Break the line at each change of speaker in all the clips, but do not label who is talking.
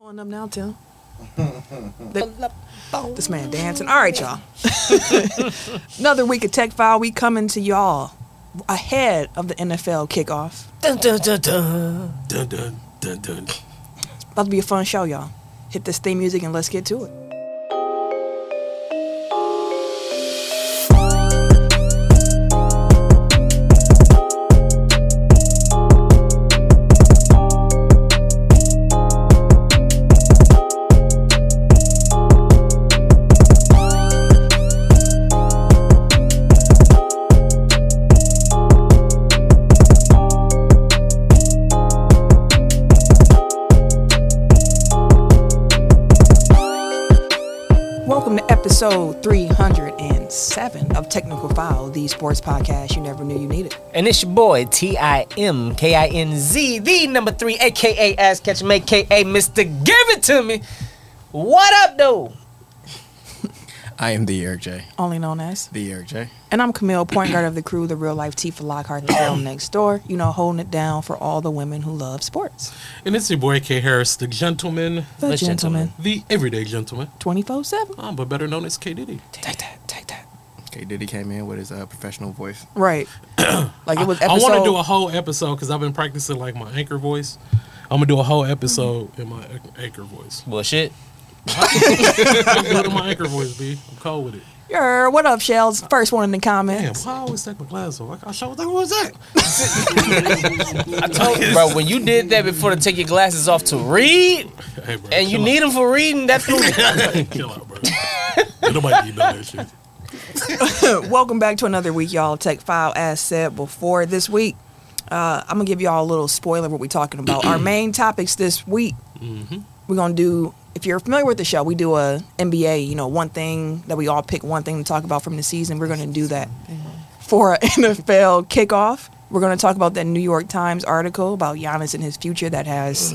Pulling up now, Tim. The- this man dancing. All right, y'all. Another week of Tech File. We coming to y'all ahead of the NFL kickoff.
Dun, dun, dun, dun. Dun, dun, dun, dun.
About to be a fun show, y'all. Hit this theme music and let's get to it. Welcome to episode 307 of Technical File, the sports podcast you never knew you needed.
And it's your boy T I M K I N Z, the number three, aka Ass Catch Me, aka Mr. Give It To Me. What up, though?
I am the Eric J.
Only known as.
The Eric J.
And I'm Camille, point guard of the crew, the real life Tifa Lockhart, the girl next door. You know, holding it down for all the women who love sports.
And it's your boy K Harris, the gentleman,
The
The
gentleman,
gentleman.
the everyday gentleman,
24 7.
um, but better known as K Diddy.
Take that, take that.
Okay, Diddy came in with his uh, professional voice.
Right. like it was
I
episode.
want to do a whole episode because I've been practicing like my anchor voice. I'm gonna do a whole episode in my an- anchor voice.
Bullshit.
I'm good at my anchor voice, B. I'm cold with it.
Yer, what up, Shells? First one in the
Damn,
comments.
why I always take my glasses off? I show what was that?
I told you, bro, when you did that before to take your glasses off to read,
Hey, bro,
and you
chill
need them for reading, that's the
out. chill out, bro. Ain't Nobody need that shit.
Welcome back to another week, y'all. of Tech File, as said before, this week, uh, I'm gonna give y'all a little spoiler of what we're talking about. Our main topics this week,
Mm-hmm.
we're gonna do. If you're familiar with the show, we do a NBA. You know, one thing that we all pick one thing to talk about from the season. We're gonna do that for a NFL kickoff. We're gonna talk about that New York Times article about Giannis and his future that has.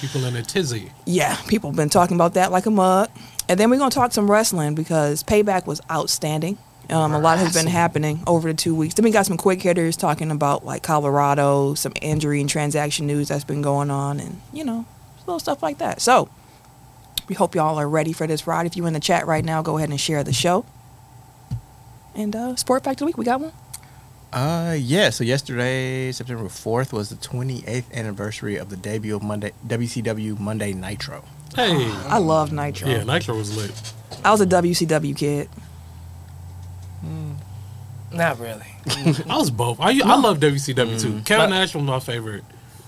People in a tizzy.
Yeah, people been talking about that like a mug. And then we're gonna talk some wrestling because payback was outstanding. Um, a lot has been happening over the two weeks. Then we got some quick hitters talking about like Colorado, some injury and transaction news that's been going on, and you know, little stuff like that. So we hope y'all are ready for this ride. If you're in the chat right now, go ahead and share the show. And uh, sport fact of the week, we got one.
Uh, yeah. So yesterday, September fourth, was the 28th anniversary of the debut of Monday WCW Monday Nitro.
Hey.
I love Nitro.
Yeah, Nitro was lit.
I was a WCW kid.
Not really.
I was both. I, I love WCW
Mm.
too. Kevin Nash was my favorite.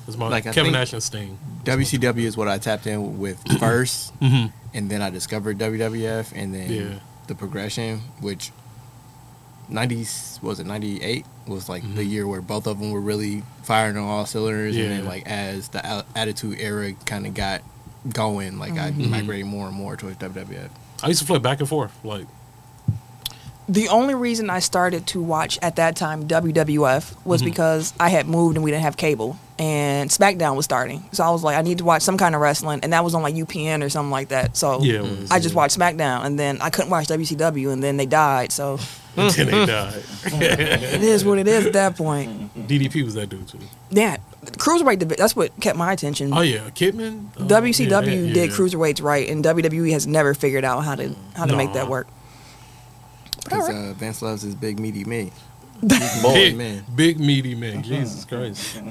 Was my
Like, I think-
Kevin Nash and Sting.
WCW is what I tapped in with 1st
Mm-hmm.
and then I discovered WWF, and then
Yeah.
the progression, which 90s was it 98 was like the year where both of them were really firing on all cylinders, and then
Mm-hmm. Yeah.
like as the Al- Attitude Era kind of got going, like I migrated more and more towards WWF.
I used to flip back and forth. Like,
the only reason I started to watch at that time WWF was
Mm-hmm.
because I had moved and we didn't have cable and SmackDown was starting. So I was like, I need to watch some kind of wrestling and that was on like UPN or something like that.
Oh.
So
Yeah, it
Mm.
was,
I just
yeah.
watched SmackDown and then I couldn't watch WCW and then they died. So
then they died.
Mm.
it is what it is at that point.
DDP was that dude too.
Yeah. Cruiserweight divi- that's what kept my attention.
Oh yeah, Kidman. Uh,
WCW
yeah, yeah,
did
yeah.
cruiserweights right and WWE has never figured out how to how to make
No.
that work.
Because
Alright.
uh, Vince loves his big meaty man. Big boy
Big,
man.
big meaty man. Jesus Christ.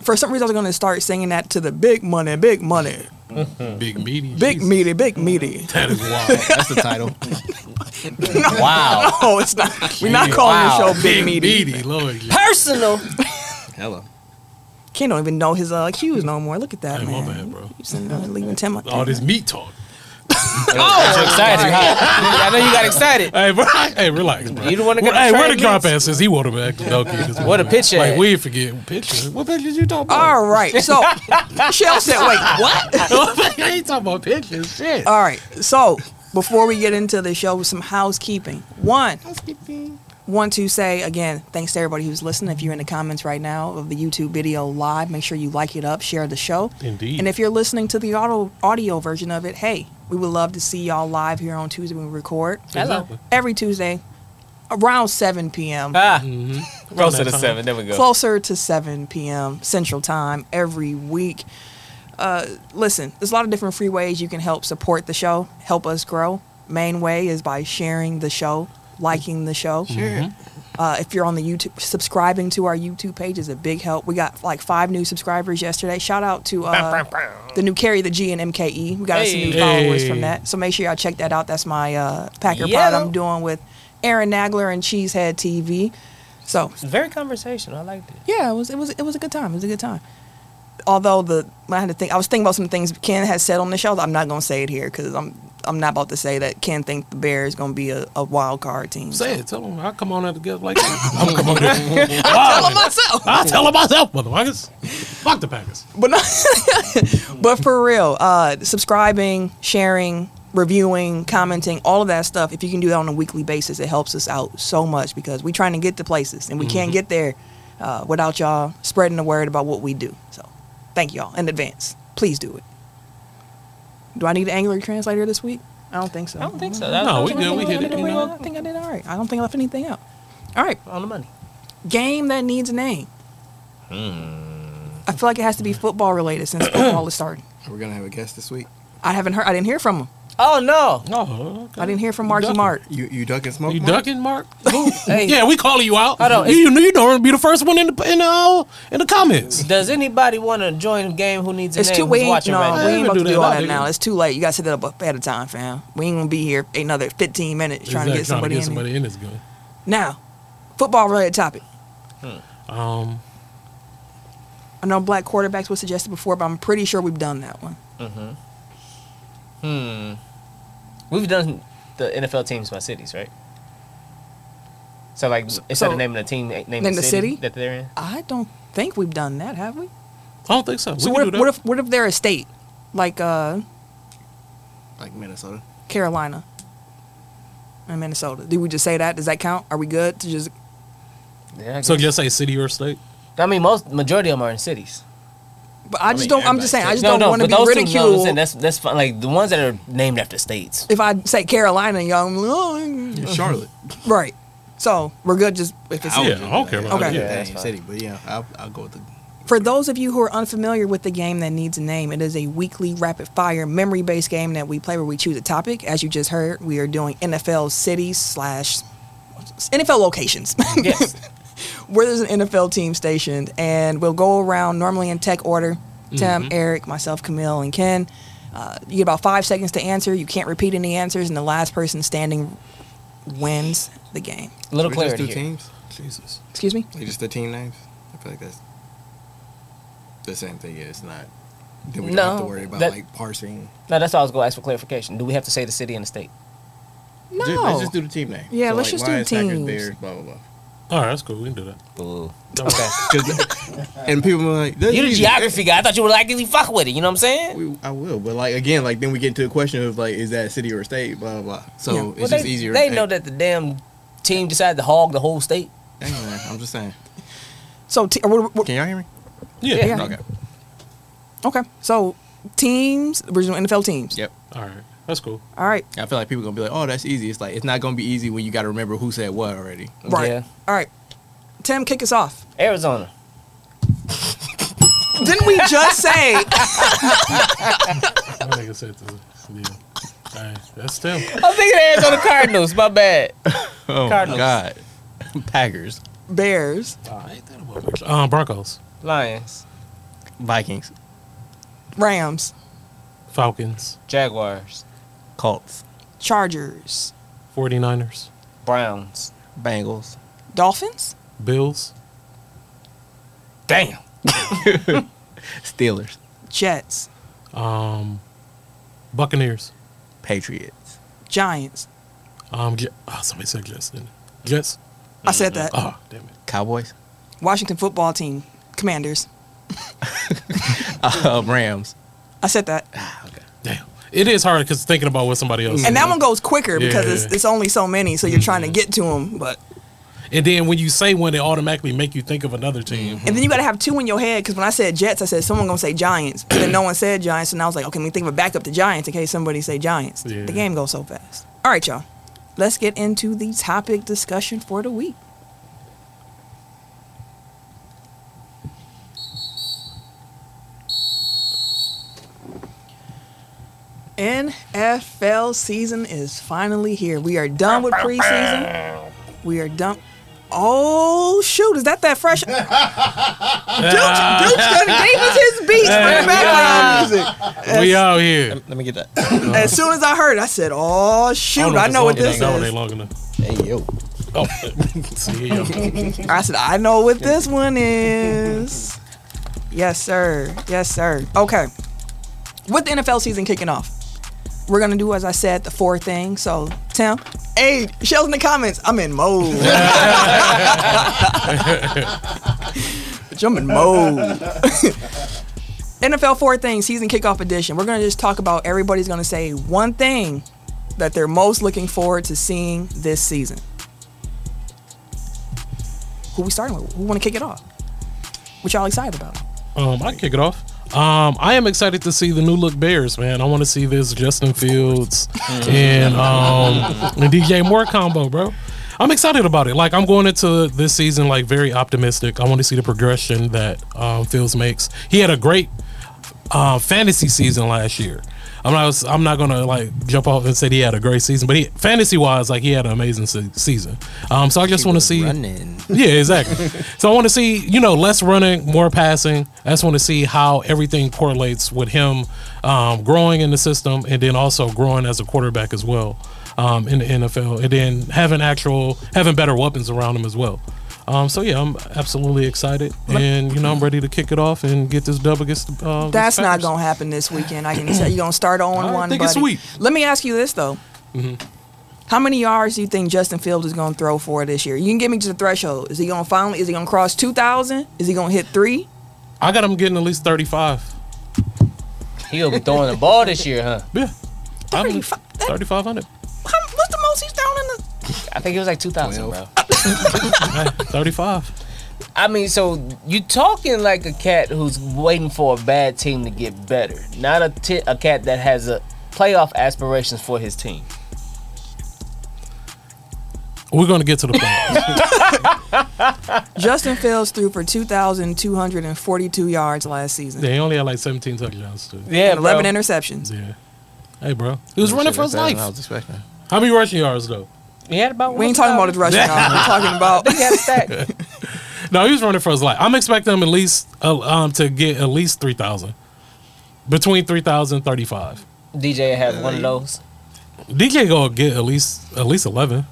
For some reason I was gonna start singing that to the big money, big money.
Big meaty.
Big
Jesus.
meaty, big meaty.
That is wild.
That's the title.
Wow.
No, it's not. We're not calling the
Wow.
show Oh, Big Meaty.
Lord.
Personal.
Hello.
Ken don't even know his uh, cues no more. Look at that,
Hey, my
man.
bad, bro.
You sitting there leaving Tim like
All
that.
this meat talk.
Oh, You're excited, huh? I know you got excited.
Hey, bro. Hey, relax, bro.
You the one that got
Hey,
the
where
trade
the drop
meats?
ass is? He wanted back to Doki.
What a picture.
Like we forget picture. What pictures you talking about?
All right. So Shell said, wait, what?
I ain't talking about pictures. Shit.
All right. So before we get into the show, some housekeeping. One, want to say again, thanks to everybody who's listening. If you're in the comments right now of the YouTube video live, make sure you like it up, share the show.
Indeed.
And if you're listening to the auto, audio version of it, hey, we would love to see y'all live here on Tuesday when we record.
Hello.
Exactly.
every Tuesday around 7 p.m.
Ah,
Mm-hmm.
closer to seven. There we go.
Closer to 7 p.m. Central Time every week. uh, listen, there's a lot of different free ways you can help support the show, help us grow. Main way is by sharing the show, liking the show.
Mm-hmm.
Uh, if you're on the YouTube, subscribing to our YouTube page is a big help. We got like five new subscribers yesterday. Shout out to uh, the new Carry the G and MKE. We got us some new
Hey.
followers from that. So make sure y'all check that out. That's my uh, Packer
Yeah.
pod I'm doing with Aaron Nagler and Cheesehead TV. So
It's very conversational. I liked it.
yeah, it was it was it was a good time. It was a good time. Although the I had to think, I was thinking about some things Ken has said on the show. I'm not gonna say it here because I'm I'm not about to say that Ken think the Bears gonna be a, a wild card team.
Say it. Tell them. I'll come on out together like that. I'll come on there.
Tell him myself.
I'll tell them myself, motherfuckers. Fuck the Packers.
but not, but for real, uh, subscribing, sharing, reviewing, commenting, all of that stuff. If you can do that on a weekly basis, it helps us out so much because we're trying to get to places and we
Mm-hmm.
can't get there uh, without y'all spreading the word about what we do. So, thank y'all in advance. Please do it. Do I need an angry translator this week? I don't think so.
I don't think so. That
No,
was-
we good. We hit it. You
I
know.
think I did all right. I don't think I left anything out. All right,
on the money.
game that needs a name.
Hmm.
I feel like it has to be football related since football is starting.
We're gonna have a guest this week.
I haven't heard. I didn't hear from him.
Oh no.
No, okay.
I didn't hear from Marky
ducking.
Mark.
You you ducking smoke?
You
Mark?
ducking, Mark? Who?
Hey.
Yeah, we calling you out.
Hold on,
You, you know you're going to be the first one in the in the, uh, in the comments.
Does anybody want to join the game? Who needs a
It's
name?
too
Who's
late.
watching
no,
now?
right
we
Yeah,
ain't
we
about
do
to do
that
all
now,
that
nigga.
now. It's too late. You got to set that up ahead of time, fam. We ain't gonna be here another 15 minutes trying to
Exactly,
get somebody in. here.
somebody in this gun.
Now, football related topic.
Um,
I know black quarterbacks was suggested before, but I'm pretty sure we've done that one.
now? Hmm. We've done the NFL teams by cities, right? So like instead
so-
of naming the team, name,
Name the
the city,
city?
that they're in.
I don't think we've done that, have we?
I don't think so.
So
we
what
can
if,
do
what
that.
if what if they're a state like uh,
Like Minnesota.
Carolina and Minnesota? Do we just say that? Does that count? Are we good to just?
Yeah, I
so
guess.
just say city or state.
I mean, most majority of them are in cities.
But I just
mean,
don't. I'm just saying. I
everybody's
just don't want to
but
be
those two- no, I'm
ridiculed.
saying that's that's fine. Like the ones that are named after states.
if I say Carolina, y'all, I'm like, oh,
Charlotte.
Right. So we're good. Just if it's
I
would
Yeah,
do
I don't
that.
care about
I would
that. Okay.
do
Yeah,
that
that's
in
fine.
city, but yeah, I'll, I'll go with the.
for those of you who are unfamiliar with the game that needs a name, it is a weekly rapid fire memory based game that we play where we choose a topic. As you just heard, we are doing NFL cities slash NFL locations.
Yes.
where there's an NFL team stationed, and we'll go around normally in tech order. Tim,
Mm-hmm.
Eric, myself, Camille, and Ken. Uh, you get about five seconds to answer. You can't repeat any answers, and the last person standing wins the game.
Little
We just
clarity
do
here.
teams.
Jesus.
Excuse me.
Like just the team names. I feel like that's the same thing. Yeah, it's not. Then we
No,
don't have to worry about
that-
like parsing.
No, that's all I was going to ask for clarification. Do we have to say the city and the state?
No.
Ju- let's just do the team name.
Yeah, let's
like,
just do
Lions, Packers,
teams.
Bears, blah blah blah.
All right, that's cool. We can do that.
Okay.
'Cause- and people are like, that's
You're the
easy.
geography guy. I thought you would actively fuck with it. You know what I'm saying?
We, I will, but like again, like then we get into a question of like, is that city or state? Blah blah. blah. So
Yeah.
it's
Well,
just
they,
easier.
They
Hey,
know that the damn team decided to hog the whole state.
Hang on, man. I'm just saying.
So, t- what, what,
Can y'all hear me?
Yeah.
Yeah.
Yeah.
Okay.
Okay. So teams, we're doing NFL teams.
Yep.
All right, that's cool.
All right.
I feel like people gonna be like, oh, that's easy. It's like it's not gonna be easy when you got to remember who said what already.
Right.
Yeah.
All right. Tim, kick us off.
Arizona.
Didn't we just say?
I think I said this. Yeah. All right, that's Tim.
I'm thinking Arizona Cardinals. My bad.
Oh
Cardinals.
God. Packers,
Bears.
I ain't that about Bears. Um, Broncos,
Lions.
Vikings,
Rams.
Falcons,
Jaguars.
Colts,
Chargers.
49ers,
Browns.
Bengals,
Dolphins.
Bills,
Damn.
Steelers,
Jets.
um, Buccaneers.
Patriots.
Giants.
Um, Je- oh, somebody said Jets. Didn't they? Jets.
I said that.
Oh, damn it.
Cowboys,
Washington football team. Commanders.
uh, Rams.
I said that.
Damn. It is hard because thinking about what somebody else.
And
said.
that one goes quicker because
Mm-hmm. Yeah.
it's, it's only so many, so you're trying to get to them. But
And then when you say one, they automatically make you think of another team.
and then you got to have two in your head because when I said Jets, I said someone gonna say Giants, but then no one said Giants, and I was like, okay, let me think of a backup to Giants in case somebody say Giants.
Yeah.
The game goes so fast. All right, y'all, let's get into the topic discussion for the week. NFL season is finally here. We are done with preseason. We are done. Oh shoot! Is that that fresh? Dooch, Dooch done gave us his beats for the background music.
We out here.
Let me get that.
As soon as I heard, it, I said, "Oh shoot! I know what this
That one ain't
is."
long enough.
Hey yo,
Oh, see, here you go.
I said, "I know what this one is." Yes, sir. Yes, sir. Okay. With the NFL season kicking off, we're gonna do as I said the four thing. So Tim, hey, shells in the comments. I'm in mode. Bitch, I'm in mode. NFL four things season kickoff edition. We're gonna just talk about everybody's gonna say one thing that they're most looking forward to seeing this season. Who we starting with? Who want to kick it off? What y'all excited about?
Um, I can kick it off. Um, I am excited to see the new look Bears, man. I want to see this Justin Fields and um and DJ Moore combo, bro. I'm excited about it. Like I'm going into this season like very optimistic. I want to see the progression that um, Fields makes. He had a great uh, fantasy season last year. I'm not. I'm not gonna like jump off and say he had a great season, but he fantasy wise, like he had an amazing se- season. Um, so I just want to see.
Running.
Yeah, exactly. so I want to see, you know, less running, more passing. I just want to see how everything correlates with him um, growing in the system and then also growing as a quarterback as well um, in the NFL and then having actual, having better weapons around him as well. Um, so yeah, I'm absolutely excited, and you know I'm ready to kick it off and get this dub against. the, Uh, the
That's not
Packers.
gonna happen this weekend. I can tell you're gonna start on
I
one.
think it's Mm-hmm.
buddy.
sweet.
Let me ask you this though: How many yards do you think Justin Fields is gonna throw for this year? You can give me to the threshold. Is he gonna finally? Is he gonna cross two thousand? Is he gonna hit three?
I got him getting at least 35.
He'll be throwing the ball this year, huh?
Yeah, I'm-
35 that-
3,500.
How, what's the most he's thrown in the?
Uh,
I think it was like 2000, bro.
Hey, 35.
I mean, so you talking like a cat who's waiting for a bad team to get better, not a ti- a cat that has a playoff aspirations for his team.
We're gonna get to the point.
Justin Fields threw for two thousand two hundred and forty-two yards last season.
they only had like 17 touchdowns too.
Yeah,
And Eleven
bro.
interceptions.
Yeah. Hey, bro. He was running for his
I
life.
was expecting.
How many rushing yards, though?
He had about.
We ain't talking about his
1,000.
rushing yards. We're talking about
He had a stack.
No, he was running for his life. I'm expecting him at least uh, um, to get at least 3,000. Between 3,000 and 35.
DJ had one of those.
DK gonna get at least at least 11.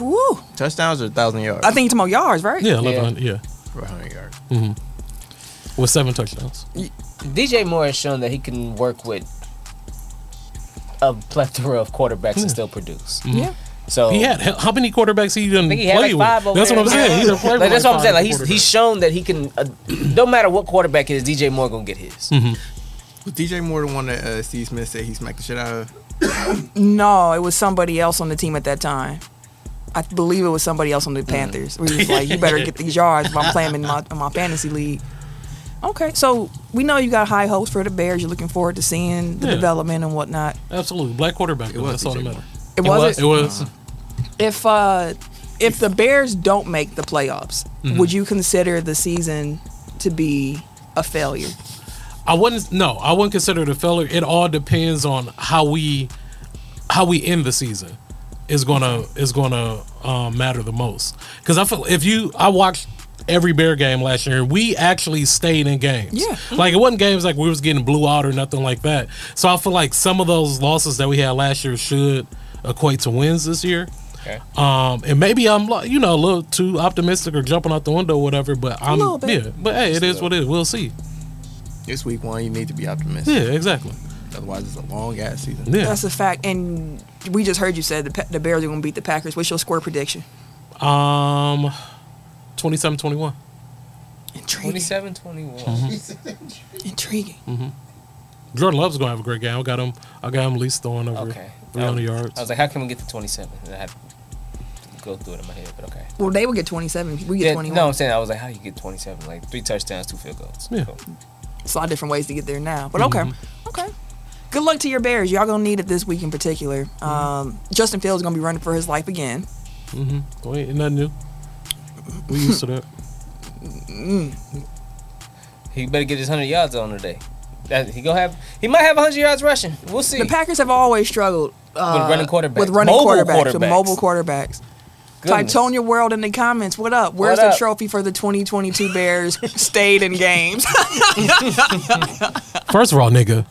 whoo.
Touchdowns or thousand yards?
I think you're talking about yards, right?
Yeah, 11. Yeah.
for hundred yards.
With seven touchdowns.
DJ Moore has shown that he can work with a plethora of quarterbacks and still produce.
Hmm. Yeah.
So
He had how many quarterbacks he didn't
Oh. I think he
play
had like
with?
five over
That's what
there.
I'm saying. He done played
Like,
with
that's
like
what I'm saying.
five
Like he's,
quarterbacks.
he's shown that he can. Uh, no matter what quarterback it is, DJ Moore gonna get his.
Mm-hmm.
Was DJ Moore the one that uh, Steve Smith said he smacked the shit out of?
No, it was somebody else on the team at that time. I believe it was somebody else on the Panthers. We was like, you better get these yards if I'm playing in my, in my fantasy league. Okay, so we know you got high hopes for the Bears. You're looking forward to seeing the
Yeah.
development and whatnot.
Absolutely. Black quarterback. though.
was
That's all that
DJ
matters.
It was
It was.
if uh, if the Bears don't make the playoffs, would you consider the season to be a failure?
I wouldn't. No, I wouldn't consider it a failure. It all depends on how we how we end the season is gonna is gonna um, matter the most. Because I feel if you I watched every bear game last year, we actually stayed in games.
Yeah.
like it wasn't games like we was getting blew out or nothing like that. So I feel like some of those losses that we had last year should equate to wins this year.
Okay.
Um, and maybe I'm like you know a little too optimistic or jumping out the window, or whatever. But I'm
little bit.
yeah. But hey, it is what it is. We'll see.
It's week one. You need to be optimistic.
Yeah, exactly.
Otherwise, it's a long ass season.
Yeah.
That's a fact. And we just heard you said the, Pa- the Bears are going to beat the Packers. What's your score prediction?
Um, 27 21.
Intriguing.
27 21.
Mm-hmm.
Intriguing.
Jordan Love's gonna have a great game. I got him, I got him at least throwing over
Okay.
300
I was-
yards.
I was like, how can we get to 27? And I had to go through it in my head, but okay.
Well, they would get 27. We get
Yeah,
21.
no, I'm saying I was like, how you get 27? Like three touchdowns, two field goals.
Yeah.
Cool.
It's a lot of different ways to get there now. But okay.
Mm-hmm.
Okay. Good luck to your Bears. Y'all going to need it this week in particular.
Mm-hmm.
Um, Justin Fields going to be running for his life again.
mm-hmm. Ain't nothing new. We used to that.
He better get his 100 yards on today. That- He gonna have. He might have 100 yards rushing. We'll see.
The Packers have always struggled uh,
With running quarterbacks.
with running
Mobile
quarterbacks, with
quarterbacks.
mobile quarterbacks.
Goodness.
Tytonia World in the comments. What up? Where's
What
the
up?
trophy for the 2022 Bears stayed in games?
First of all, nigga.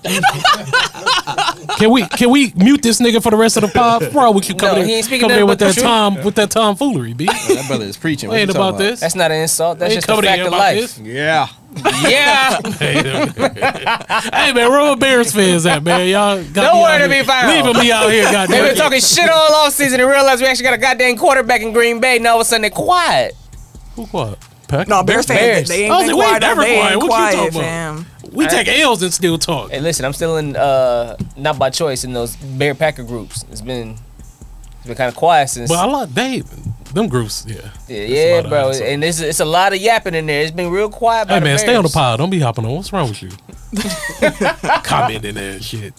Can we can we mute this nigga for the rest of the pod? Bro, we keep coming
No,
in,
he ain't speaking
coming
nothing
in
but
with
the
that
truth.
tom with that tomfoolery, b.
That brother is preaching. What
Ain't
you talking
about this.
That's not an insult. That's
Ain't
just a
coming in
fact
here
of
like
life.
this.
Yeah.
yeah.
hey man, where all Bears fans at, man? Y'all got
Don't
me
worry
out
to
here.
be viral.
Leaving me out here, goddamn.
They've been
it.
talking shit all offseason and realized we actually got a goddamn quarterback in Green Bay. Now all of a sudden they're quiet.
Who what? Pack?
no, Bears fans,
Bears.
they ain't
I was
been
like, wait,
quiet.
never
they ain't
quiet. What you
quiet,
talking about?
fam.
We take L's and still talk.
Hey, listen, I'm still in uh not by choice in those Bear Packer groups. It's been it's been kind of quiet since.
But I like they them groups, yeah.
yeah,
a
yeah,
lot of
bro,
ass.
and it's it's a lot of yapping in there. It's been real quiet. By
Hey man, stay on the
Bears.
pod. Don't be hopping on. What's wrong with you? Commenting that shit.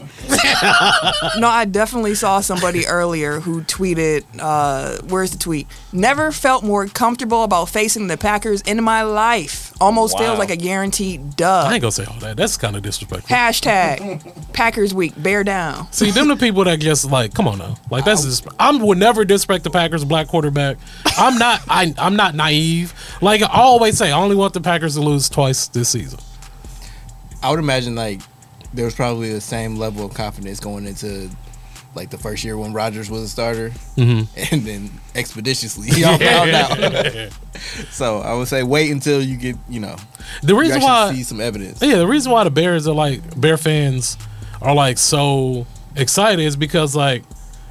No, I definitely saw somebody earlier who tweeted, uh, where's the tweet? Never felt more comfortable about facing the Packers in my life. Almost feels
Wow.
like a guaranteed dub.
I ain't gonna say all that. That's kind of disrespectful.
Hashtag Packers Week, bear down.
See, them the people that just like, come on now, like that's just. I would never disrespect the Packers black quarterback. I'm not. I I'm not naive. Like I always say, I only want the Packers to lose twice this season.
I would imagine like there was probably the same level of confidence going into like the first year when Rodgers was a starter,
Mm-hmm.
and then expeditiously y'all found out. so I would say wait until you get you know
The
you
reason
actually
why
see some evidence.
Yeah, the reason why the Bears are like Bear fans are like so excited is because like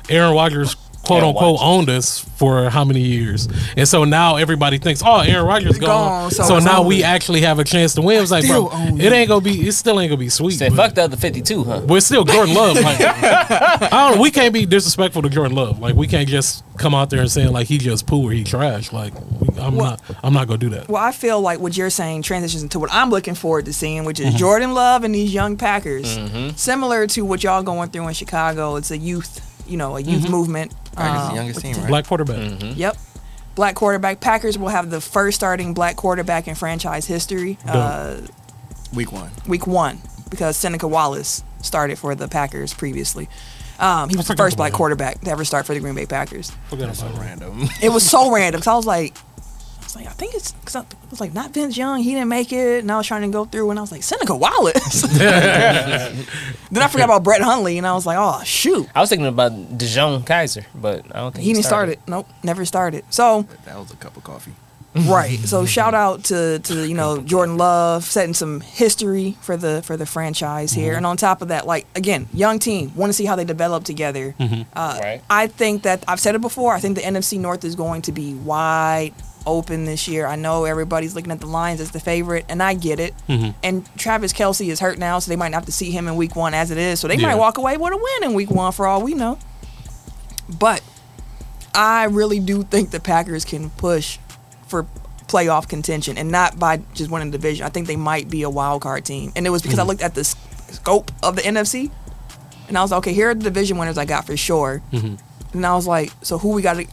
Aaron Rodgers quote
Aaron
unquote
Rodgers.
owned us for how many years, and so now everybody thinks, oh, Aaron Rodgers gone,
Gone, so
so,
it's
now
over.
we actually have a chance to win. It's like, bro,
Still own
it ain't gonna be, it still ain't gonna be sweet.
Say,
but-
fuck the other 52, huh?
but it's still Jordan Love. Like, I don't. We can't be disrespectful to Jordan Love. Like, we can't just come out there and saying like he just poo or he trash. Like, we, I'm not. I'm not gonna do that.
Well, I feel like what you're saying transitions into what I'm looking forward to seeing, which is Jordan Love and these young Packers. Similar to what y'all going through in Chicago. It's a youth, you know, a youth movement.
Packers the
Um,
youngest team, right?
Black quarterback.
Mm.
Yep. Black quarterback. Packers will have the first starting black quarterback in franchise history uh,
Week one.
week one because Seneca Wallace started for the Packers previously. Um, he was the
forgot
first black
about him.
quarterback to ever start for the Green Bay Packers.
Forgot about it.
Random.
It was so random. So I was like, I was like, I think it's because I it was like not Vince Young. He didn't make it, and I was trying to go through, and I was like Seneca Wallace. then I forgot about Brett Hundley, and I was like, oh shoot,
I was thinking about Dijon Kaiser, but I don't think
he didn't start it. Nope, never started. So
that was a cup of coffee.
right. So shout out to to you know Jordan Love setting some history for the for the franchise here, and on top of that, like again, young team want to see how they develop together. Uh,
Right.
I think that I've said it before. I think the NFC North is going to be wide open this year. I know everybody's looking at the Lions as the favorite, and I get it. And Travis Kelsey is hurt now, so they might not have to see him in Week One as it is. So they
Yeah.
might walk away with a win in Week One for all we know. But I really do think the Packers can push for playoff contention and not by just winning the division. I think they might be a wild card team. And it was because I looked at the s- scope of the NFC and I was like, okay, here are the division winners I got for sure. And I was like, so who we got to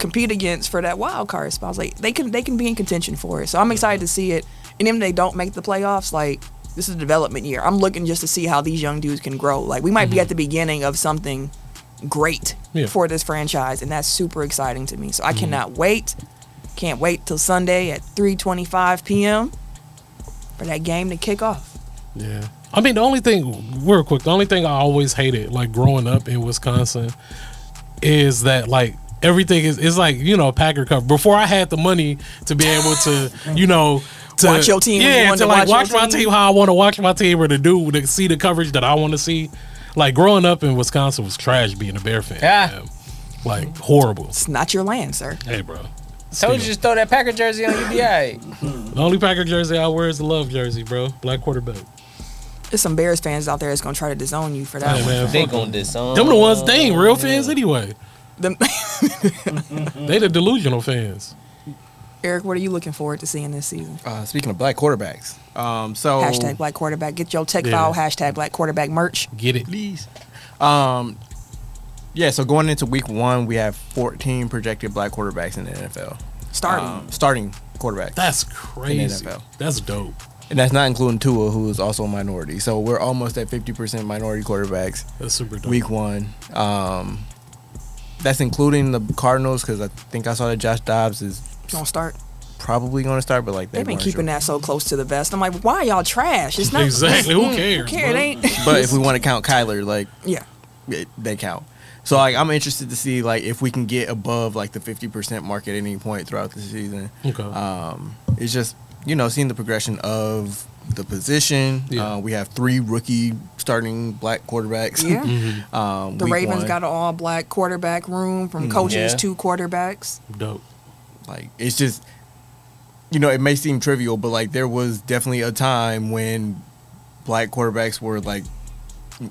compete against for that wild card spot? I was like, they can they can be in contention for it. So I'm excited to see it. And even if they don't make the playoffs, like this is a development year. I'm looking just to see how these young dudes can grow. Like we might be at the beginning of something great
Mm-hmm. Yeah. Mm-hmm.
for this franchise, and that's super exciting to me. So I cannot wait. Can't wait till Sunday at 3:25 p.m. for that game to kick off.
Yeah. I mean, the only thing, real quick, the only thing I always hated, like growing up in Wisconsin, is that like everything is it's like you know Packer cover. Before I had the money to be able to, you know. To,
Watch your team when you
yeah.
wanted
To
to watch
like watch,
your
my
team.
team how I want to watch my team, or to do to see the coverage that I want to see. Like growing up in Wisconsin was trash being a Bear fan.
Yeah.
man. Like horrible.
It's not your land, sir.
Hey, bro.
Told you just throw that Packer jersey on, you be all right.
The only Packer jersey I wear is the love jersey, bro. Black quarterback.
There's some Bears fans out there that's gonna try to disown you for that
Hey,
one.
man.
They
Fuck
gonna disown.
them the ones. They ain't real fans anyway.
Them-
They the delusional fans.
Eric, what are you looking forward to seeing this season?
Uh, speaking of black quarterbacks, um, so
Hashtag black quarterback. Get your tech
Oh. Yeah.
file. Hashtag black quarterback merch.
Get it.
please. Um, yeah. So going into week one, we have 14 projected black quarterbacks in the NFL.
Um,
Starting.
Um, starting quarterbacks.
That's crazy.
NFL.
That's dope.
and that's not including Tua, who is also a minority. So we're almost at fifty percent minority quarterbacks
That's super dope.
week one. Um, that's including the Cardinals because I think I saw that Josh Dobbs is
Don't start.
probably going to start, but like
They've been
weren't
keeping
sure.
that so close to the vest. I'm like, why y'all trash? It's not
Exactly. Who cares,
Who cares? It
bro?
ain't.
But if we want to count Kyler, like
yeah.
it, they count. So like I'm interested to see like if we can get above like the 50% mark at any point throughout the season.
Okay.
Um, it's just you know seeing the progression of the position.
Yeah.
Uh, we have three rookie starting black quarterbacks.
Yeah.
Mm-hmm.
um,
The
week
Ravens
one.
got an all black quarterback room from
Mm,
coaches
Yeah.
to quarterbacks.
dope.
like it's just you know it may seem trivial, but like there was definitely a time when black quarterbacks were like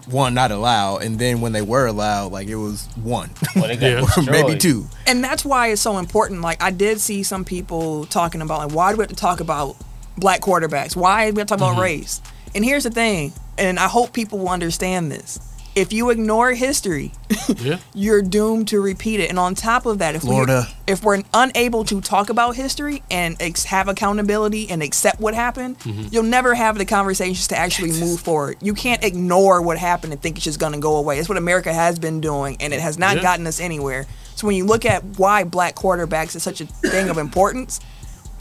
one not allowed, and then when they were allowed, like it was one,
Well, they got
Yeah.
maybe
destroyed.
two.
And that's why it's so important. Like I did see some people talking about like why do we have to talk about black quarterbacks? Why do we have to talk
Mm-hmm.
about race? And here's the thing, and I hope people will understand this. If you ignore history,
Yeah.
you're doomed to repeat it. And on top of that, if
Florida.
we if we're unable to talk about history and ex- have accountability and accept what happened, you'll never have the conversations to actually move forward. You can't ignore what happened and think it's just going to go away. That's what America has been doing, and it has not
Yeah.
gotten us anywhere. So when you look at why black quarterbacks is such a thing of importance,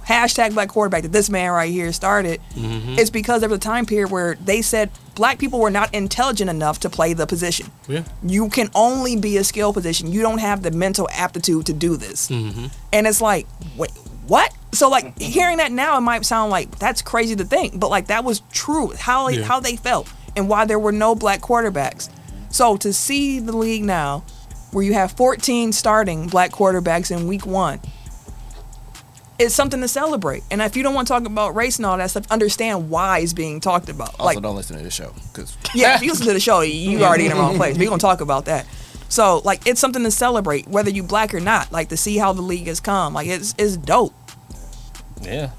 hashtag black quarterback that this man right here started, it's because there was a time period where they said black people were not intelligent enough to play the position.
Yeah.
You can only be a skill position. You don't have the mental aptitude to do this. And it's like, wait, what? So like hearing that now, it might sound like that's crazy to think, but like that was true. How
Yeah.
how they felt and why there were no black quarterbacks. So to see the league now, where you have 14 starting black quarterbacks in week one, it's something to celebrate. And if you don't want to talk about race and all that stuff, understand why it's being talked about.
Also, don't listen to the show because
Yeah, if you listen to the show, you already in the wrong place. We're gonna talk about that. So like it's something to celebrate, whether you black or not, like to see how the league has come. Like it's it's dope.
Yeah.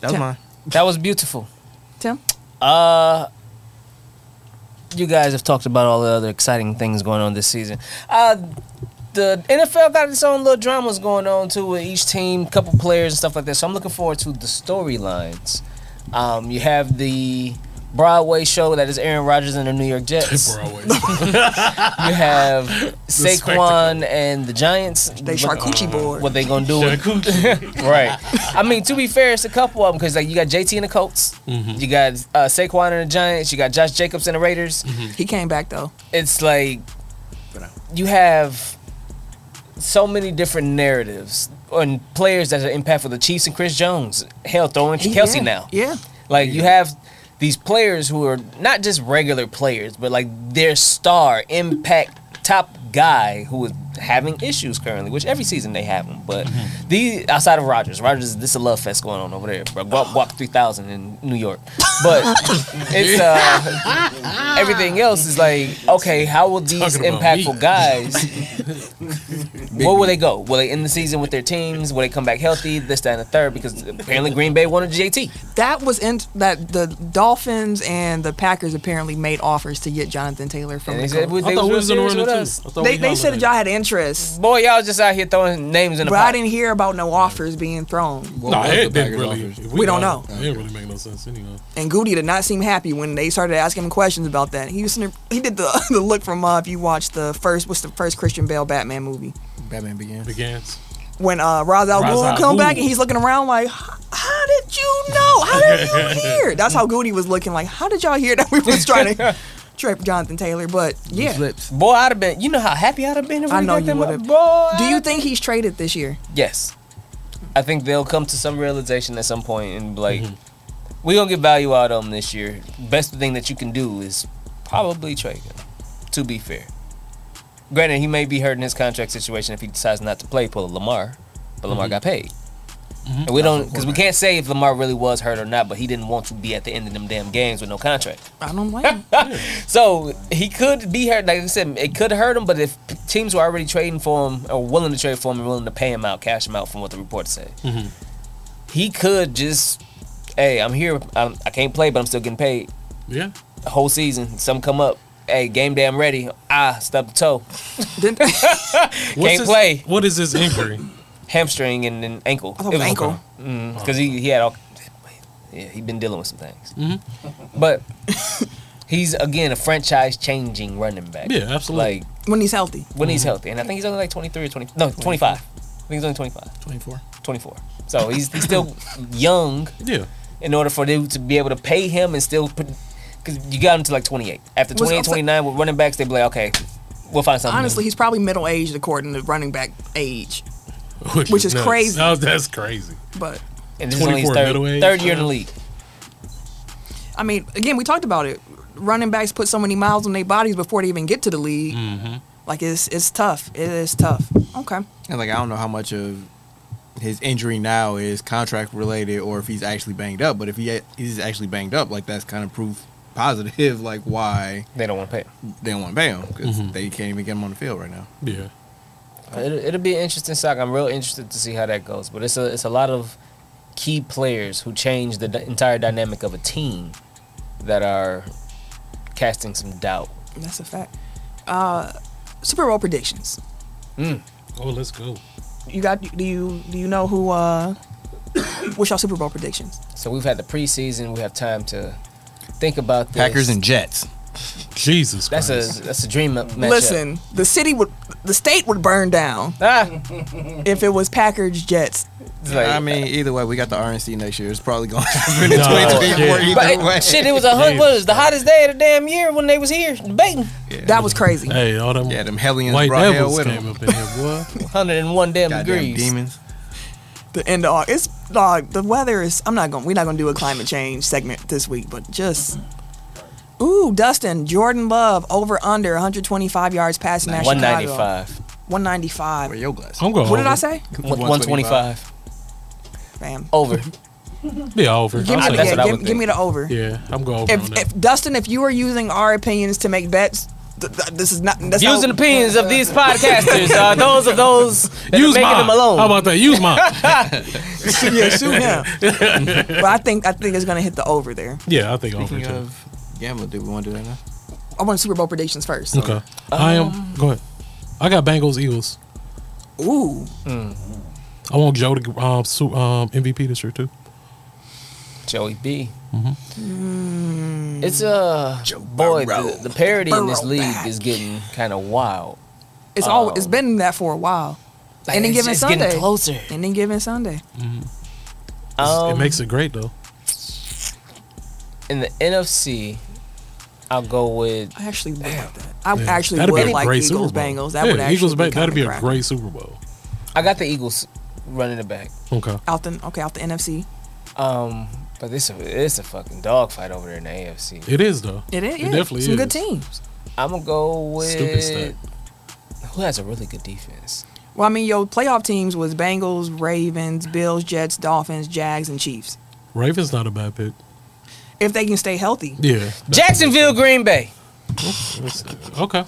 that was mine.
That was beautiful.
Tim?
Uh, you guys have talked about all the other exciting things going on this season. Uh, the NFL got its own little dramas going on too with each team, couple players and stuff like that. So I'm looking forward to the storylines. Um, you have the Broadway show that is Aaron Rodgers and the New York Jets.
Broadway.
You have Saquon
spectacle.
and the Giants.
They charcuterie board.
uh, What they gonna do? with- right. I mean, to be fair, it's a couple of them because like you got JT and the Colts, you got uh, Saquon and the Giants, you got Josh Jacobs and the Raiders.
He came back though.
It's like you have so many different narratives and players that are impactful. The Chiefs and Chris Jones, hell, throwing to Kelsey
Yeah,
now.
Yeah.
Like you have these players who are not just regular players, but like their star impact top guy who is having issues currently, which every season they have them. But
Mm-hmm.
these outside of Rogers, Rogers, this is a love fest going on over there. Bro. Guap Guap three thousand in New York, but it's uh, everything else is like okay, how will these
Talking about me.
impactful guys? Where will they go? Will they end the season with their teams? Will they come back healthy? This, that, and the third? Because apparently Green Bay wanted JT.
That was in that the Dolphins and the Packers apparently made offers to get Jonathan Taylor from the
And they said,
Colts.
they
I thought we was in
serious
Orlando
with
too. I
us.
thought
They,
we
they said that
nominated.
y'all had interest,
Boy, y'all just out here throwing names in the
but I
pot.
didn't hear about no offers being thrown.
What
No,
was the
it didn't
Packers
really.
offers?
We don't
got-
know.
It didn't really make no sense anyway.
And Goody did not seem happy when they started asking him questions about that. He was in a- he did the the look from uh, if you watched the first what's the first Christian Bale Batman movie.
Batman Begins.
Begins.
when uh, Ra's al
Ra's
Ghul
al
come
Ghul.
back and he's looking around like, "H- how did you know? How did you hear? That's how Goody was looking like. How did y'all hear that we was trying to trip Jonathan Taylor? But yeah,
Flips.
Boy, I'd have been. You know how happy I'd have been if
I
we
know
got
you
them.
would've.
Boy,
do you think he's traded this year?
Yes, I think they'll come to some realization at some point and be like, we're gonna get value out of them this year. Best thing that you can do is probably trade him. To be fair, granted, he may be hurt in his contract situation if he decides not to play Pull Lamar, but Lamar got paid. And we don't because we can't say if Lamar really was hurt or not, but he didn't want to be at the end of them damn games with no contract.
I don't blame. him.
So he could be hurt. Like I said, it could hurt him. But if teams were already trading for him or willing to trade for him and willing to pay him out, cash him out, from what the reports say,
Mm-hmm.
he could just, hey, I'm here. I'm, I can't play, but I'm still getting paid
Yeah.
the whole season. Some come up. Hey, game day, I'm ready. Ah, stub the toe,
Didn't, I
What's
Can't
his-
play.
What is his injury?
hamstring, and then ankle. Mm,
thought it was ankle.
because he, he had all. yeah, he been dealing with some things.
Mm-hmm.
But he's again a franchise changing running back.
Yeah, absolutely.
Like
when he's healthy.
when he's healthy, and I think he's only like 23 or 20, no 25. I think he's only 25,
24.
24. So he's he's still young
Yeah.
in order for them to be able to pay him and still put because you got him to like 28 after
Was
28
also-
29 with running backs they be like okay we'll find something
Honestly,
new.
he's probably middle aged according to running back age. Which is
nuts.
crazy.
Oh, that's crazy.
But
and this is only his
24
third,
middle age,
third year in the
yeah.
league
I mean, again, we talked about it. Running backs put so many miles on their bodies before they even get to the league.
Mm.
Mm-hmm.
Like it's it's tough. It is tough. Okay.
And like I don't know how much of his injury now is contract related or if he's actually banged up. But if he he's actually banged up, like that's kind of proof positive, like why
they don't want to pay him
they don't want to pay him because
Mm-hmm.
Mhm.
they can't even get him on the field right now.
Yeah.
Uh, it'll, it'll be an interesting sock I'm real interested to see how that goes but it's a it's a lot of key players who change the d- entire dynamic of a team that are casting some doubt
That's a fact. Uh, Super Bowl predictions.
Oh, let's go.
You got do you do you know who uh what's y'all Super Bowl predictions?
so we've had the preseason we have time to think about this
Packers and Jets.
Jesus
that's
Christ.
a that's a dream up matchup.
Listen, the city would the state would burn down
ah,
if it was Packers Jets.
it's like-
I mean, either way, we got the RNC next year. It's probably going to happen in
No,
2024
yeah.
either
But
way.
it, shit, it was a hun- what was the hottest day of the damn year when they was here debating.
yeah.
That was crazy.
Hey, all them
yeah, them hellions
white
brought hell
devils
with
came
them.
up in here, boy.
101 damn
Goddamn
degrees.
demons.
The end of August. It's dog. The weather is. I'm not going. to We're not going to do a climate change segment this week, but just. Ooh, Dustin Jordan Love over under 125 yards passing at Chicago.
195.
195.
Where your glasses?
I'm going.
What did I say?
One- 125.
Bam.
Over.
Be over.
Give me,
I'm
the,
that's
yeah,
what I
give,
would
give me the over.
yeah, I'm going over. on
If,
that.
if Dustin, if you are using our opinions to make bets, th- th- this is not. That's
Views and
not,
opinions of these podcasters are those of those that are
Use
making
mine.
them alone.
How about that? Use mine.
yeah, shoot him. but I think I think it's going to hit the over there.
yeah, I think
Oh,
over
Speaking
too.
of gambling, do we want to do that now?
I want Super Bowl predictions first.
Okay. I am. Go ahead. I got Bengals Eagles.
Ooh,
I want Joe to um, su- um, MVP this year too.
Joey B.
Mm,
It's uh, boy, the, the parody in this
Burrow
league
back.
is getting kind of wild.
it's all.
Oh.
It's been that for a while.
Like,
Any
it's,
given
it's
Sunday.
getting closer.
And then given Sunday.
Um,
it makes it great though.
in the NFC. I'll go with
I actually would like that. I
Yeah.
actually
That'd be
would
a
like
great
Eagles
Super Bowl.
Bengals. That
yeah,
would actually
Eagles.
be
Ba- that'd be a
kinda
great Super Bowl.
I got the Eagles running it back.
Okay.
cracking. out the okay out the NFC.
Um, but this it's a fucking dogfight over there in the AFC.
It is though.
It is. Yeah,
definitely
some good
is.
teams.
I'm gonna go
Stupid stuff.
with who has a really good defense.
Well, I mean, your playoff teams was Bengals, Ravens, Bills, Jets, Dolphins, Jags, and Chiefs.
Ravens not a bad pick.
If they can stay healthy,
Yeah.
Jacksonville, Green Bay.
That's- Okay.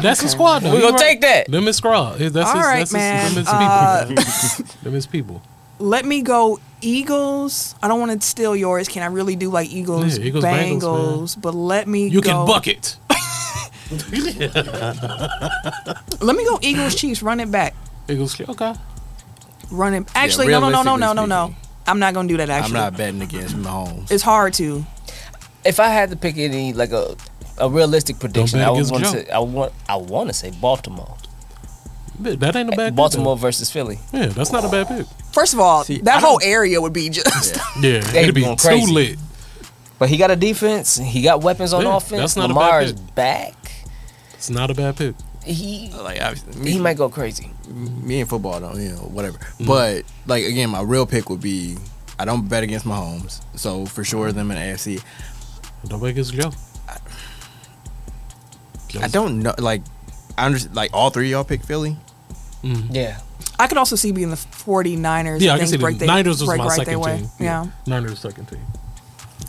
That's a squad. Though.
We're
You
gonna
right.
take that.
Them is squad. That's his,
All right,
that's
man. Uh,
His, them is people. man. them is people.
let me go Eagles. I don't want to steal yours. Can I really do like Eagles,
Yeah, Eagles, Bengals,
Bengals? but let me
You
go.
can bucket.
Let me go Eagles, Chiefs. Run it back.
Eagles. Okay.
Run it. Actually, no, no, no, no, no, no, no. I'm not gonna do that.
I'm
Actually,
not betting against Mahomes.
It's hard to.
If I had to pick any like a a realistic prediction,
bet
I would
against
want to
Joe.
say I want I want to say Baltimore.
That ain't a bad. pick,
Baltimore versus Philly.
though. Yeah, that's not a bad pick.
First of all,
See, I
that
don't-
whole area would be just.
Yeah,
They
it'd be
going
too
crazy.
lit.
But he got a defense. He got weapons on
Yeah,
offense.
that's not a bad
Lamar is
pick.
back.
It's not a bad pick.
He
Like obviously, me,
Uh,
he might Mm-hmm. go crazy.
me and football don't, you know, whatever. But like again, my real pick would be I don't bet against Mahomes, so for sure them in the AFC.
Don't make us Joe.
I don't know, like I understand, like all three of y'all pick Philly.
Mm-hmm.
Yeah.
I could also see being the 49ers.
Yeah, I can
things
see the
break they-
Niners was
break
my
right their
second
way.
team.
Yeah.
Niners second team.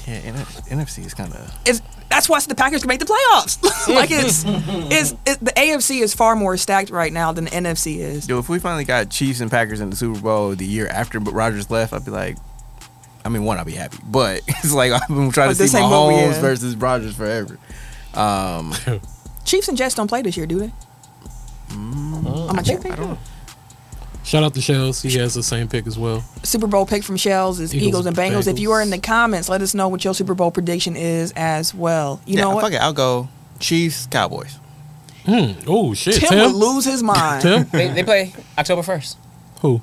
Yeah, NFC is kind of
It's, that's why the Packers can make the playoffs. like it's, it's it, the AFC is far more stacked right now than the NFC is.
Yo, if we finally got Chiefs and Packers in the Super Bowl the year after but Rodgers left, I'd be like, I mean, one, I'd be happy, but it's like I've been trying
But
to
this
see
ain't what we
Mahomes
in.
versus Rodgers forever. Um,
Mm-hmm.
Chiefs and Jets don't play this year, do they? I'm a
I think they
check.
do.
Shout out to Shells. He has the same pick as well.
Super Bowl pick from Shells is Eagles,
Eagles
and
and
Bengals. If you are in
Bengals.
the comments, let us know what your Super Bowl prediction is as well. You know
yeah,
what?
fuck it. I'll go Chiefs, Cowboys.
Hmm. Oh shit,
Tim,
Tim.
would lose his mind.
Tim.
They, they play October 1st.
Who?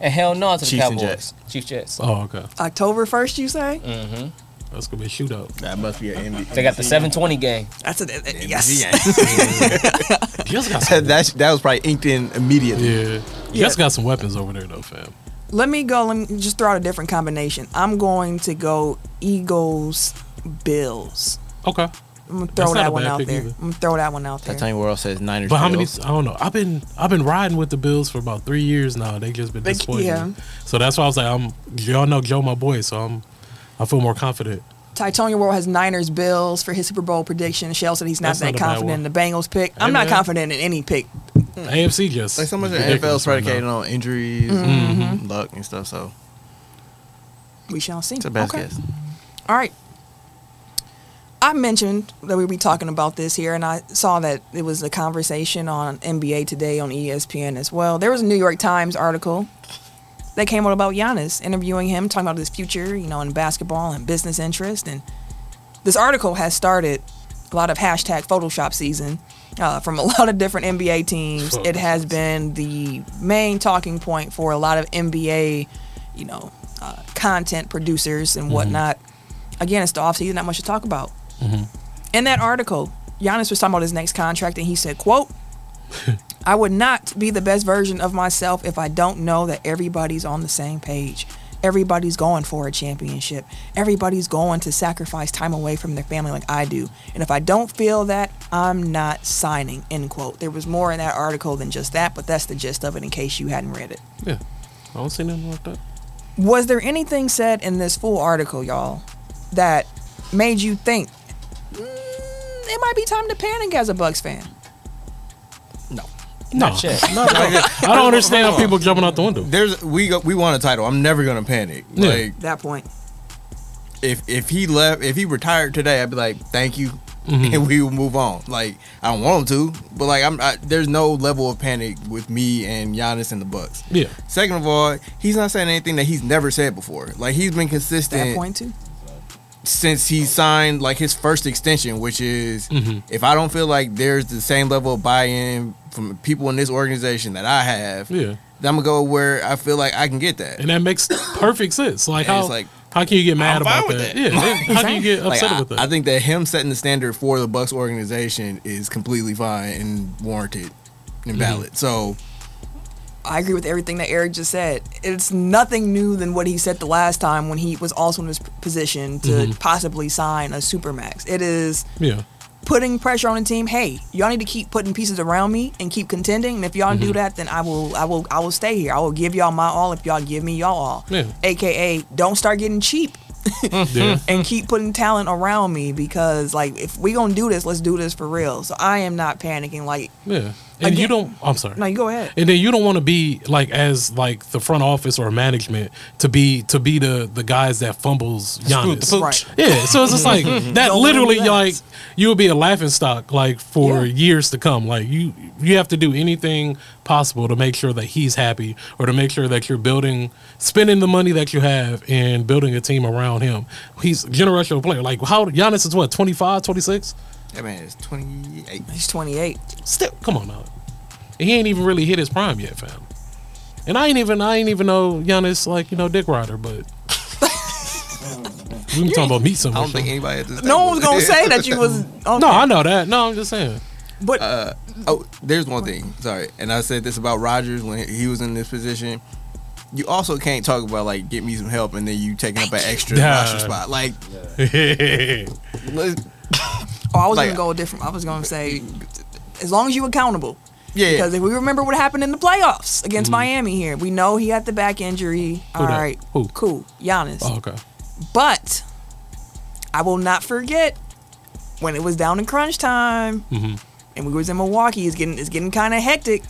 And hell no to the
Chiefs and
Cowboys.
Jets.
Chief Jets.
Oh okay.
October first, you say?
Mm.
Mm-hmm.
That's gonna be a shootout.
That must be an MVP.
They got the 720 game.
That's a yes.
Yes, got some.
that, that was probably inked in immediately.
yeah.
Yeah.
Yes, got some weapons over there though, fam.
Let me go. Let me just throw out a different combination. I'm going to go Eagles, Bills.
Okay.
I'm gonna
That's
throw
not a
that one
bad
out
pick
there.
either.
I'm gonna throw that one out
I
there.
tell you where else says Niners.
But how many?
Bills.
I don't know. I've been I've been riding with the Bills for about three years now. They just been
They-
disappointing.
yeah.
me. So that's why I was like, I'm y'all know Joe, my boy. So I'm I feel more confident.
Titonia World has Niners Bills for his Super Bowl prediction. Shell said he's not
That's
that
not a bad
confident in
one.
the Bengals pick. I'm
Hey,
not
man.
confident in any pick. Hmm.
AFC just
Like so much of the NFL
ridiculous
is
right now.
predicated on injuries, and luck, and stuff. So
We shall see.
it's the best
Okay.
guess.
All right. I mentioned that we'd be talking about this here, and I saw that it was a conversation on NBA Today on E ESPN as well. There was a New York Times article that came out about Giannis, interviewing him, talking about his future, you know, in basketball and business interest. And this article has started a lot of hashtag Photoshop season uh, from a lot of different NBA teams. It has been the main talking point for a lot of NBA, you know, uh, content producers and whatnot. Again, it's the offseason, not much to talk about. In that article, Giannis was talking about his next contract, and he said, quote, I would not be the best version of myself if I don't know that everybody's on the same page. Everybody's going for a championship. Everybody's going to sacrifice time away from their family like I do. And if I don't feel that, I'm not signing. End quote. There was more in that article than just that, but that's the gist of it in case you hadn't read it.
Yeah. I don't see nothing like that.
Was there anything said in this full article, y'all, that made you think "Mm, it might be time to panic as a Bucks fan?
No.
Not yet.
No, no. I don't understand how people jumping out the window.
There's we go, we want a title. I'm never gonna panic.
Yeah.
Like
That point.
if if he left, if he retired today, I'd be like, thank you,
Mhm.
and we will move on. Like I don't want him to, but like I'm I, there's no level of panic with me and Giannis and the Bucks.
Yeah.
Second of all, he's not saying anything that he's never said before. Like he's been
That
consistent
point too.
since he signed like his first extension, which is
Mhm.
if I don't feel like there's the same level of buy-in from people in this organization that I have,
Yeah.
then I'm gonna go where I feel like I can get that.
And that makes perfect sense. Like
And it's
how
like,
how can you get mad
I'm
about
fine with
that?
that.
Yeah. how can you get
Like,
upset
I,
with that?
I think that him setting the standard for the Bucks organization is completely fine and warranted
Mm-hmm.
and valid. So
I agree with everything that Eric just said. It's nothing new than what he said the last time when he was also in his p- position to possibly sign a supermax. It is
yeah.
putting pressure on the team. Hey, y'all need to keep putting pieces around me and keep contending. And if y'all do that, then I will, I will, I will stay here. I will give y'all my all if y'all give me y'all all.
Yeah.
AKA, don't start getting cheap
Yeah.
and keep putting talent around me because, like, if we gonna do this, let's do this for real. So I am not panicking. Like,
Yeah. And you
Again-
don't I'm sorry.
no, you go ahead.
and then you don't want to be like as like the front office or management to be to be the the guys that fumbles Giannis.
the pooch.
Yeah, so it's just like that.
Don't
literally,
do that.
like you'll be a laughing stock like for
Yeah.
years to come. Like you, you have to do anything possible to make sure that he's happy or to make sure that you're building, spending the money that you have and building a team around him. He's a generational player. Like how Giannis is what 25, 26?
that man is 28.
He's 28.
still come on now. He ain't even really hit his prime yet, fam. And I ain't even I ain't even know Giannis like, you know, Dick Rider, but we been talking about me so
I don't
much.
think
huh?
anybody at this.
No
table-
one was gonna say that you was. Okay.
No, I know that. No, I'm just saying.
But
Uh, oh, there's one thing. Sorry, and I said this about Rogers when he was in this position. You also can't talk about like get me some help and then you taking up an extra
Yeah.
roster spot. Like, let's-
oh, I was
like-
gonna go a different. I was gonna say, as long as you accountable.
yeah,
Because if we remember what happened in the playoffs against Miami here, we know he had the back injury. All
that?
right,
Mm-hmm. Who?
cool, Giannis.
oh, okay.
But I will not forget when it was down in crunch time,
Mm-hmm.
and we was in Milwaukee. It's getting it's getting kind of hectic.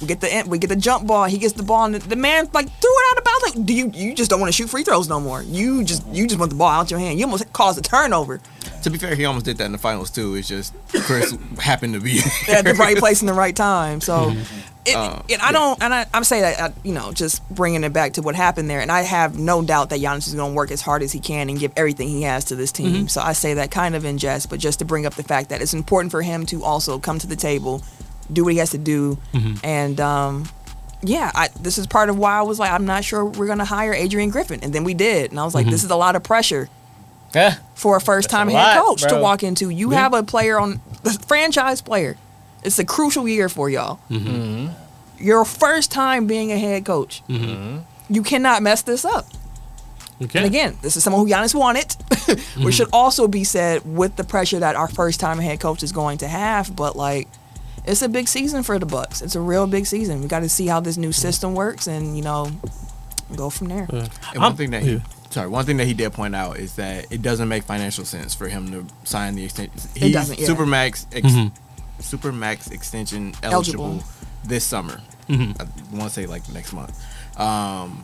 We get the we get the jump ball. He gets the ball, and the, the man like threw it out of bounds. Like, do you you just don't want to shoot free throws no more? You just you just want the ball out your hand. You almost caused a turnover.
To be fair, he almost did that in the finals too. It's just Chris happened to be.
at the right place in the right time. So, it,
Uh,
and I don't, and I, I'm saying that, I, you know, just bringing it back to what happened there. And I have no doubt that Giannis is going to work as hard as he can and give everything he has to this team. So I say that kind of in jest, but just to bring up the fact that it's important for him to also come to the table, do what he has to do, and. um yeah, I, this is part of why I was like, I'm not sure we're gonna hire Adrian Griffin, and then we did, and I was like, this is a lot of pressure
Yeah.
for a first time
a
head
lot,
coach
bro.
to walk into. You have a player on the franchise player. It's a crucial year for y'all.
Mm-hmm.
Mm-hmm. Your first time being a head coach.
Mm-hmm.
You cannot mess this up.
Okay.
And again, this is someone who Giannis wanted, which
Mm-hmm.
should also be said with the pressure that our first time head coach is going to have. But like, it's a big season for the Bucks. It's a real big season. We got to see how this new system works, and you know, go from there.
Uh,
And one
I'm-
thing that
yeah.
he, sorry, one thing that he did point out is that it doesn't make financial sense for him to sign the extension. He's
doesn't, yeah.
Supermax ex,
Mhm.
Supermax extension eligible,
Eligible.
this summer.
Mhm.
I want to say like next month. Um,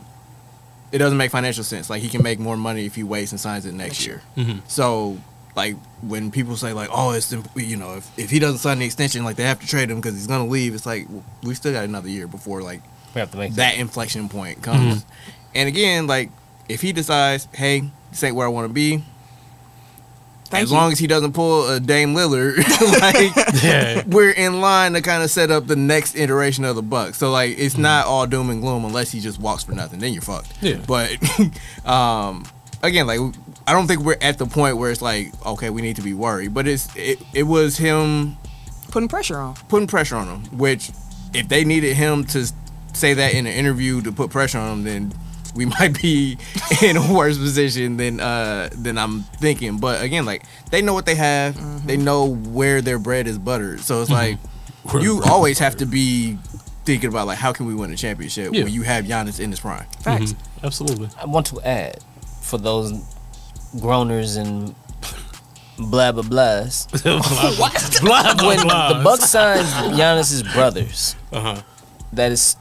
it doesn't make financial sense. Like he can make more money if he waits and signs it next year.
Mhm.
So like when people say like, oh, it's imp- you know, if, if he doesn't sign the extension, like they have to trade him because he's gonna leave. It's like w- we still got another year before like
We have to make that.
that inflection point comes. And again, like if he decides, hey, this ain't where I want to be.
Thank
as
you.
long as he doesn't pull a Dame Lillard, like
Yeah.
we're in line to kind of set up the next iteration of the Bucks. So like it's not all doom and gloom unless he just walks for nothing. Then you're fucked.
Yeah.
But um, again, like I don't think we're at the point where it's like okay, we need to be worried. But it's it, it was him
Putting pressure on.
putting pressure on him. Which, if they needed him to s- say that in an interview to put pressure on him, then we might be in a worse position than uh than I'm thinking. But again, like they know what they have.
Mm-hmm.
They know where their bread is buttered. So it's
Mm-hmm. Where
like you
their bread
always have to be thinking about like how can we win a championship
Yeah.
when you have Giannis in his prime.
Facts.
Mm-hmm.
Mm-hmm. Absolutely.
I want to add for those groaners and blah blah blahs.
What?
Blah
when the Bucks signs Giannis's brothers,
Uh-huh.
that is,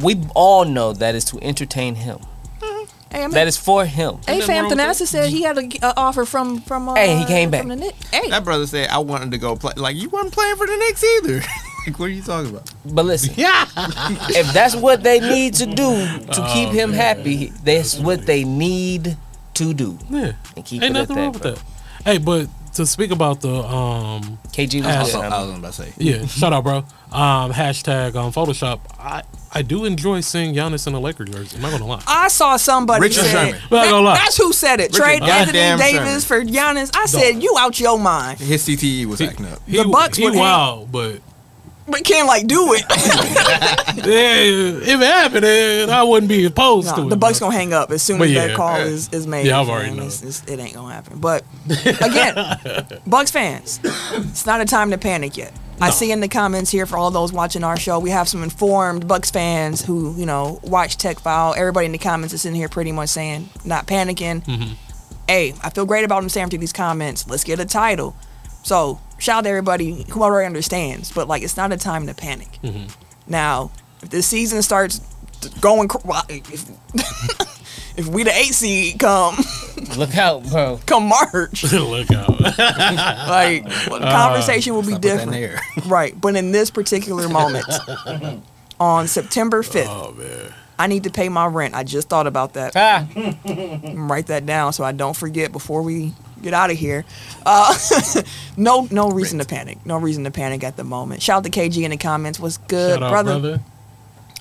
we all know that is to entertain him.
Hey, I mean-
That is for him.
Hey,
Ain't nothing
fam,
wrong with
Thanasa said he had an offer from from. Uh,
Hey, he came back.
from the Knicks. Hey,
That brother said I wanted to go play. Like you weren't playing for the Knicks either. like what are you talking about?
But listen,
Yeah. Oh,
if that's what they need to do to keep him happy, that's what they need to do.
Yeah.
And keep
Ain't
it at
nothing
that,
wrong with
bro.
that. Hey, but to speak about the um
KG was
Ass.
So,
good.
I was about to say.
yeah, shout out, bro. Um hashtag um Photoshop. I I do enjoy seeing Giannis in a Laker jersey. I'm not gonna lie.
I saw somebody.
Richard
said,
Sherman.
Well, I
That-
gonna lie.
That's who said it.
Richard
Trade
goddamn
Anthony Davis for Giannis. I said you out your mind.
His CTE was acting up.
He,
The Bucks
he
would hang-
wild, but
But can't like do it.
yeah, if it happened, eh, I wouldn't be opposed
No,
to it.
the Bucks
bro.
gonna hang up as soon
But
as
yeah.
that call is, is made.
Yeah, I've already
fam. It's-
know.
it's- it ain't gonna happen. But again, Bucks fans, it's not a time to panic yet. I see in the comments here for all those watching our show, we have some informed Bucks fans who you know watch Tech File. Everybody in the comments is in here pretty much saying not panicking.
Mm-hmm.
Hey, I feel great about them saying through these comments. Let's get a title. So shout out to everybody who already understands, but like it's not a time to panic.
Mm-hmm.
Now, if the season starts going, cr- well, if, if we the eight seed come
Look out, bro.
come March,
Look out.
like
Uh,
well, the conversation will be
Stop with that in the
different,
air.
right? But in this particular moment, on September fifth,
Oh man.
I need to pay my rent. I just thought about that.
Ah,
Write that down so I don't forget before we get out of here. Uh, no, no reason to panic. No reason to panic at the moment. Shout out to KG in the comments. What's good,
Shout out,
brother?
brother.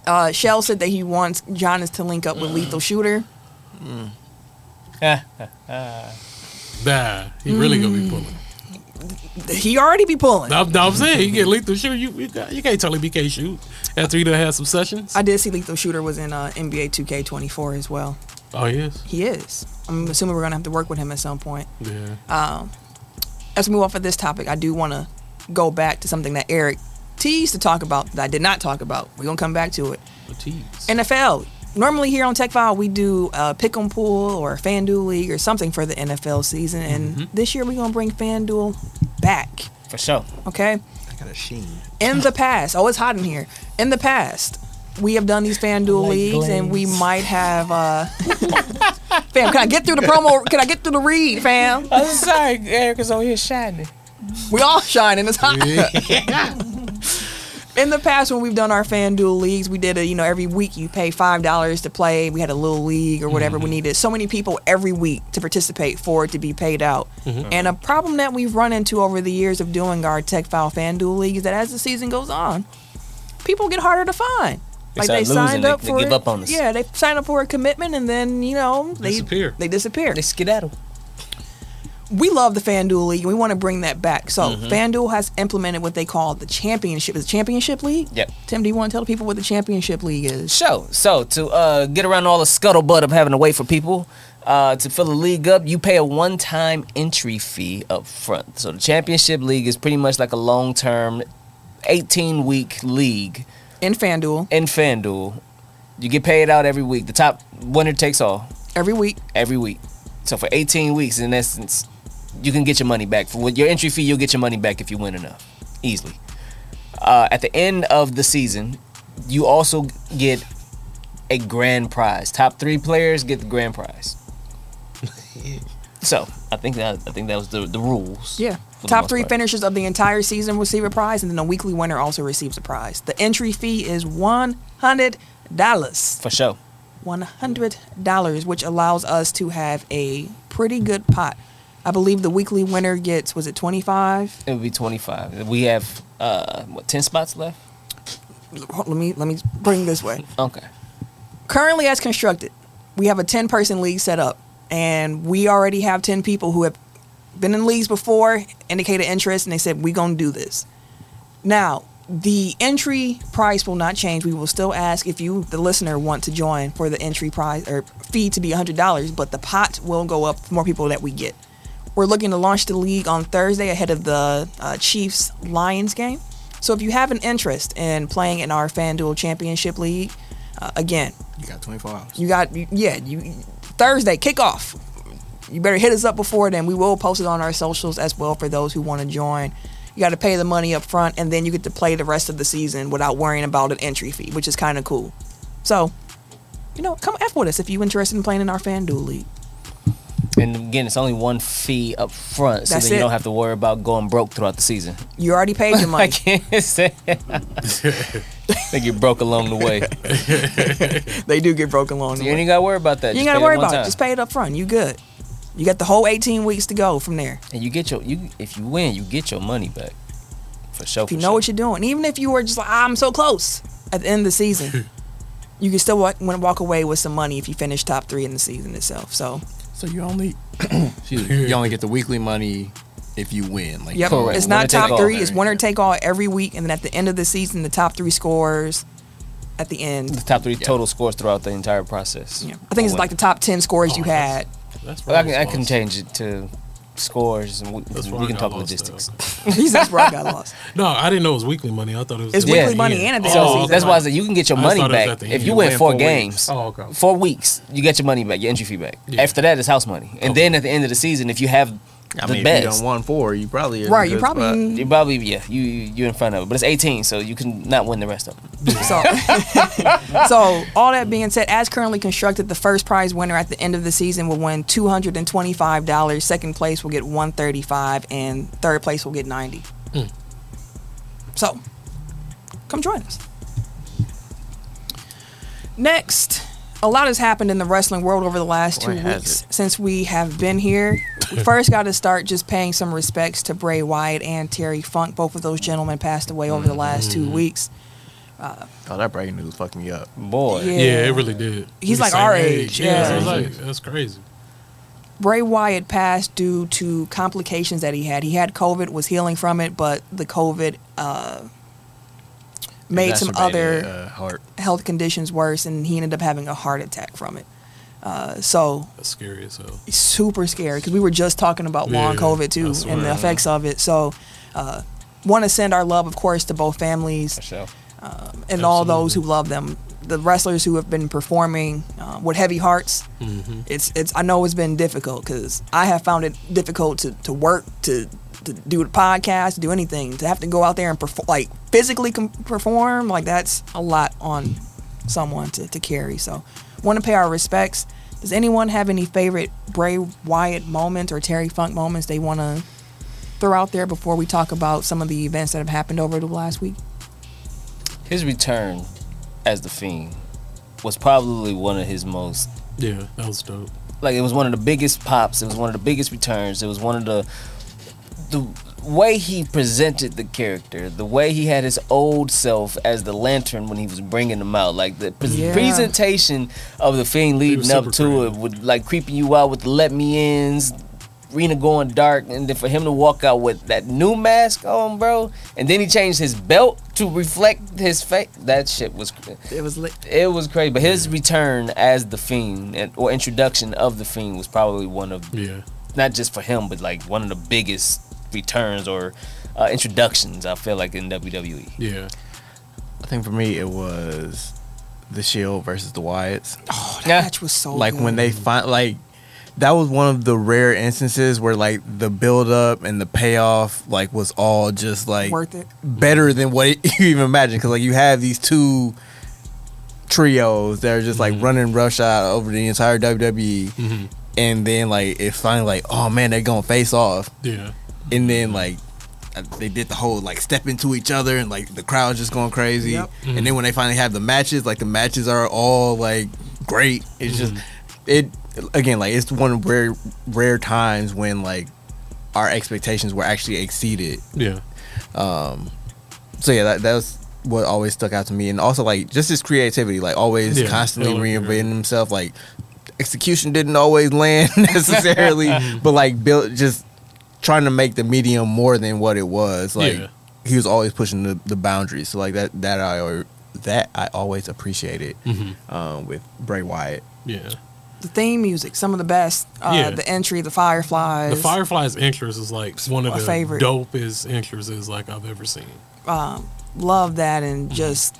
Uh, Shell said that he wants Jonas to link up with Lethal Shooter.
ah.
Nah, he really gonna
Mm.
be pulling.
He already be pulling.
I'm, I'm saying you get lethal shoot. You you, got, you can't tell him he can't shoot after he done had some sessions.
I did see Lethal Shooter was in uh, NBA 2K24 as well.
oh yes,
He is. I'm assuming we're gonna have to work with him at some point.
yeah.
As we move off of this topic, I do want to go back to something that Eric teased to talk about that I did not talk about. We're gonna come back to it.
Tease.
NFL. Normally here on Tech File we do a pick 'em pool or a FanDuel league or something for the NFL season, and this year we're gonna bring FanDuel back.
for sure.
Okay.
I got a sheen.
in the past, oh, it's hot in here. In the past, we have done these FanDuel
Like
leagues, and we
glaze.
might have uh, fam, can I get through the promo? Can I get through the read, fam?
I'm sorry, Erica's over here shining.
We all shining. It's hot. In the past, when we've done our FanDuel leagues, we did it. You know, every week you pay five dollars to play. We had a little league or whatever
Mm-hmm.
we needed. So many people every week to participate for it to be paid out.
Mm-hmm.
And a problem that we've run into over the years of doing our Tech File FanDuel league is that as the season goes on, people get harder to find.
They start losing, they- they give
it.
up on us.
Yeah, they sign up for a commitment and then you know they
Disappear.
They disappear
They skedaddle.
we love the FanDuel League and we want to bring that back. So
Mm-hmm.
FanDuel has implemented what they call the championship. Is it championship league?
Yep.
Tim, do you want to tell the people what the championship league is?
So, so to uh, get around all the scuttlebutt of having to wait for people uh, to fill the league up, you pay a one-time entry fee up front. So the championship league is pretty much like a long-term, 18-week league
In FanDuel
in FanDuel. You get paid out every week. The top winner takes all
every week.
every week. So for 18 weeks, in essence, you can get your money back. For what- your entry fee, you'll get your money back if you win enough, easily. Uh, at the end of the season, you also get a grand prize. Top three players get the grand prize. so I think that I think that was the the rules.
Yeah.
for the
Top
most
three
part.
finishers of the entire season receive a prize, and then a weekly winner also receives a prize. The entry fee is one hundred dollars.
for sure.
$100, which allows us to have a pretty good pot. I believe the weekly winner gets, was it 25?
It would be 25. We have uh, what 10 spots left.
Let me let me bring this way.
Okay.
currently as constructed, we have a 10 person league set up, and we already have 10 people who have been in leagues before, indicated interest, and they said, We're going to do this. Now, the entry price will not change. We will still ask if you, the listener, want to join for the entry price or fee to be $100, but the pot will go up the more people that we get. We're looking to launch the league on Thursday ahead of the uh, Chiefs Lions game. So if you have an interest in playing in our FanDuel Championship League, uh, again,
You got 24 hours.
you got you- yeah. You Thursday kickoff. You better hit us up before then. We will post it on our socials as well for those who want to join. You got to pay the money up front, and then you get to play the rest of the season without worrying about an entry fee, which is kind of cool. So, you know, come f with us if you're interested in playing in our FanDuel league.
And again, it's only one fee up front, so
That's
then you
it.
don't have to worry about going broke throughout the season.
You already paid your
I
money.
can't say. I think you broke along the way.
they do get broken along. the
You
way.
ain't got to worry about that.
You ain't
Just
got to
pay
worry
one
about it.
time.
Just pay it up front. You good. You got the whole 18 weeks to go from there.
And you get your you if you win, you get your money back. For sure.
If you know what you're doing, even if you were just like, "Ah, I'm so close at the end of the season, you can still walk, wanna walk away with some money if you finish top three in the season itself. So,
So you only excuse me, you only get the weekly money if you win. Like
yep,
Correct.
it's not
Winner take
top
all.
three, it's winner take all every week. And then at the end of the season, the top three scores at the
the
end.
top three total scores throughout the entire process.
Yeah. I think it's like the top 10 scores you
Oh, that's-
had.
That's
Well, I can, I can
close.
change it to scores and we,
That's where
we
I
can
got
talk
lost at.
logistics.
That's where I got lost.
No, I didn't know it was weekly money. I thought it was.
It's
just
weekly
at the
money
end.
and at the end of the
So
season.
that's why I said you can get your
I
money
thought it was
back
at the
if
end.
you
You
win
win
four,
four weeks.
games.
Oh, okay.
Four weeks, you get your money back, your entry fee back.
Yeah.
After that, it's house money. And then at the end of the season, if you have
I
the
mean, if you
best,
done won four, you probably are in a
Right, you
good
probably
spot.
you probably yeah, you you- you're in front of it. But it's 18, so you can not win the rest of it.
So, so all that being said, as currently constructed, the first prize winner at the end of the season will win two hundred and twenty-five dollars. Second place will get one thirty-five, and third place will get ninety.
Hmm.
So, come join us. Next, a lot has happened in the wrestling world over the last two
Boy, has
weeks since we have been here. We first got to start just paying some respects to Bray Wyatt and Terry Funk. Both of those gentlemen passed away over the last two
Mm-hmm.
weeks.
Oh, that breaking news fucked me up.
Boy,
Yeah.
Yeah, it really did.
He's
We
like
same
our age, yeah.
so it's like, that's crazy.
Bray Wyatt passed due to complications that he had. He had COVID, was healing from it, but the COVID uh, made some
Exacerbated,
other
uh, heart.
health conditions worse, and he ended up having a heart attack from it. Uh, so
That's scary as hell.
super scary because we were just talking about long
Yeah,
COVID
I
too
swear.
and the effects of it. So, uh, want to send our love, of course, to both families um,
for sure.
and all those who love them. The wrestlers who have been performing uh, with heavy hearts.
Mm-hmm.
It's it's. I know it's been difficult because I have found it difficult to, to work to to do the podcast, to do anything, to have to go out there and perform like physically com- perform like that's a lot on someone to, to carry. So, want to pay our respects. Does anyone have any favorite Bray Wyatt moment or Terry Funk moments they want to throw out there before we talk about some of the events that have happened over the last week?
His return as the Fiend was probably one of his most
Yeah, that was dope.
like it was one of the biggest pops. It was one of the biggest returns. It was one of the the way he presented the character, the way he had his old self as the lantern when he was bringing them out, like the pres
Yeah.
presentation of the thing leading
was
up to
super creative.
it, with like creeping you out with the let me ins. Rena going dark, and then for him to walk out with that new mask on, bro, and then he changed his belt to reflect his face. That shit was
It was lit.
it was crazy, but his return as the fiend and, or introduction of the fiend was probably one of
Yeah.
not just for him, but like one of the biggest returns or uh, introductions I feel like in E. WWE.
Yeah.
I think for me it was the Shield versus the Wyatts.
Oh, that
Yeah.
match was so
like when
good.
they find like that was one of the rare instances where like the build up and the payoff like was all just like
worth it.
better than what you even imagine because like you have these two trios that are just like running roughshod over the entire E. WWE,
Mhm.
and then like it's finally like oh man they're gonna face off,
Yeah.
and then like uh, they did the whole like step into each other and like the crowd's just going crazy,
Yep.
and then when they finally have the matches like the matches are all like great. It's just it again like it's one of rare rare times when like our expectations were actually exceeded
Yeah.
so yeah, that that was what always stuck out to me, and also like just his creativity, like always
Yeah,
constantly
yeah, yeah.
reinventing himself. Like execution didn't always land necessarily,
Mm-hmm.
but like built just trying to make the medium more than what it was. Like
Yeah.
he was always pushing the, the boundaries. So like that that I al- that I always appreciated
Mhm.
um, with Bray Wyatt.
Yeah.
The theme music, some of the best. Uh,
Yeah.
The entry, the fireflies.
The Firefly's entrance is like one of
my
the
favorite.
dopest entrances like I've ever seen.
um, love that and just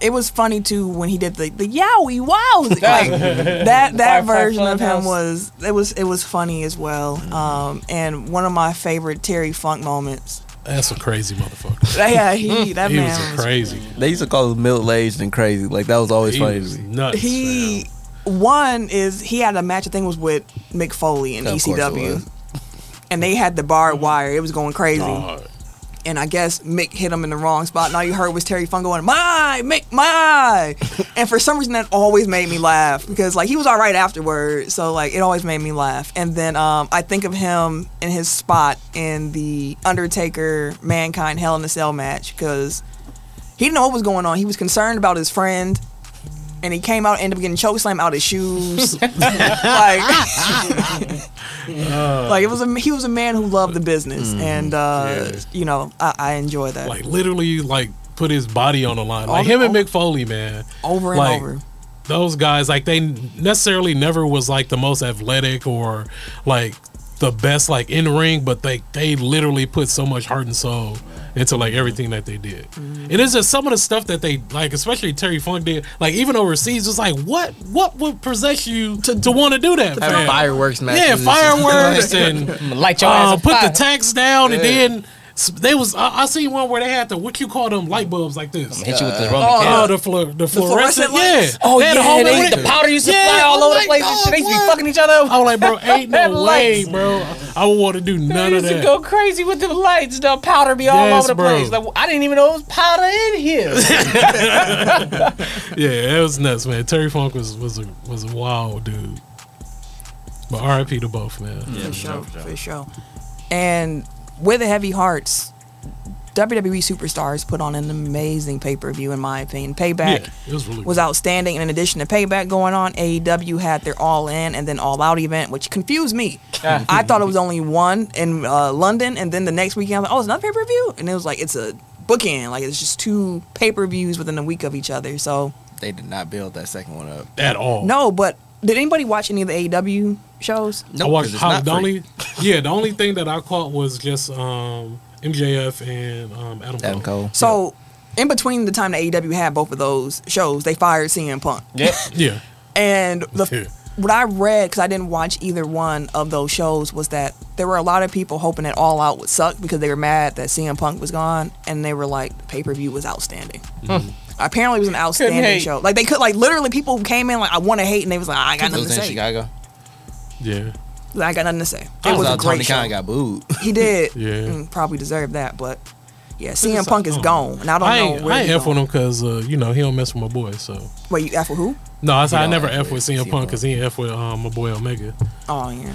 it was funny too when he did the the yowie wow like that that
Firefly
version of him
Funhouse.
was it was it was funny as well
Mm-hmm.
um, and one of my favorite Terry Funk moments
That's a crazy motherfucker.
yeah he that
he was
man
a
was,
crazy.
They used to call him middle aged and crazy. Like that was always
He
funny
was
to me.
nuts.
he
fam.
one is he had a match I think it was with Mick Foley in
Of course it was. Oh,
ECW and they had the barbed wire it was going crazy
God.
and I guess Mick hit him in the wrong spot, and all you heard was Terry Funk going, "My Mick, my," and for some reason that always made me laugh because like he was all right afterward, so like it always made me laugh. And then um, I think of him in his spot in the Undertaker Mankind Hell in a Cell match because he didn't know what was going on. He was concerned about his friend. And he came out, ended up getting choke slam out his shoes. like, like it was a he was a man who loved the business, and uh,
Yeah.
you know I, I enjoy that.
like literally like put his body on the line. Like
Over-
him and
over-
Mick Foley, man.
over and
like,
over.
Those guys, like they necessarily never was like the most athletic or like the best like in ring, but they they literally put so much heart and soul into like everything that they did. And it's just some of the stuff that they like, especially Terry Funk did, like even overseas, it's like what what would possess you to, to want to do that?
Having
man?
fireworks matches.
yeah,
and shit.
fireworks and
Light your
uh,
ass
put the tax down and then s- they was I, I seen one where they had the what you call them light bulbs like this.
hit you with the
Oh,
Roman candle.
the, flu- the
fluorescent
fluorescent,
lights?
yeah.
Oh,
They had a
yeah,
whole
they,
man-
the powder used to
Yeah,
fly
oh
all
I'm
over the place
like,
and
dog,
shit. They used to be
what?
fucking each other.
I was like, bro, ain't
That
no way,
lights.
bro. I would want to do
They
none of
used to go
that.
crazy with the lights. The powder be all
Yes,
over the
bro.
place. Like, I didn't even know it was powder in here.
Yeah, it was nuts, man. Terry Funk was was a was a wild dude. But RIP to both, man.
for sure, for sure. And with the heavy hearts, WWE superstars put on an amazing pay per view, in my opinion. Payback
Yeah, it was really
was outstanding, and in addition to Payback going on, AEW had their All In and then All Out event, which confused me. I thought it was only one in uh, London, and then the next weekend, I was like, oh, it's another pay per view, and it was like it's a bookend, like it's just two pay per views within a week of each other. So
They did not build that second one up.
at all.
no, but did anybody watch any of the AEW shows?
No,
I watched
it's
Holly.
not
The
free.
only, yeah, the only thing that I caught was just um, MJF and um, Adam,
Adam Cole.
So, in between the time that AEW had both of those shows, they fired CM Punk.
Yep.
Yeah,
And the
Yeah.
what I read, because I didn't watch either one of those shows, was that there were a lot of people hoping that All
Hmm.
Out would suck because they were mad that CM Punk was gone, and they were like, pay per view was outstanding. Apparently, it was an outstanding
hate.
show. Like they could, like literally, people came in like I want to hate, and they was like, I got
It
nothing
was
to
in
say.
Chicago.
Yeah.
Like, I got nothing to say.
I
It was a
out Tony
great show.
Khan got booed.
He did.
Yeah.
Mm, probably deserved that, but yeah, CM
is-
Punk is
oh.
gone, and I don't
I
know
ain't,
where
I ain't
he's
F with
going.
him because, uh, you know, he don't mess with my boy, so.
Wait, you F with who?
No, I, I
don't
never
F
F with CM Punk because he ain't F with um, my boy Omega.
Oh yeah,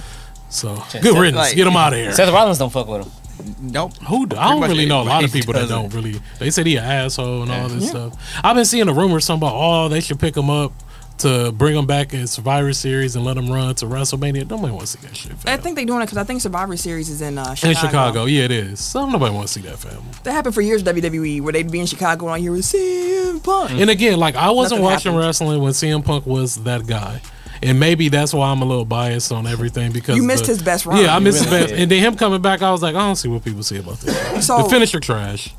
So, good riddance.
like-
Get him out of here.
Seth Rollins don't fuck with him.
Nope.
Who do, I don't
much
really know a lot of
everybody
people that
does
don't
it.
really. They said he an asshole and all this stuff. I've been seeing the rumors something about oh they should pick him up to bring him back in Survivor Series and let him run to WrestleMania. Nobody wants to see that shit.
I
Fam.
think they're doing it because I think Survivor Series is in uh, Chicago.
In Chicago, yeah, it is. So nobody wants to see that fam.
That happened for years. WWE E, where they'd be in Chicago and I hear CM Punk.
Mm-hmm. And again, like I wasn't
Nothing
watching
happened.
wrestling when CM Punk was that guy. And maybe that's why I'm a little biased on everything because
You missed
the-
his best run.
Yeah, I missed his
really
best.
did.
And then him coming back, I was like, I don't see what people see about this.
So
the finisher trash.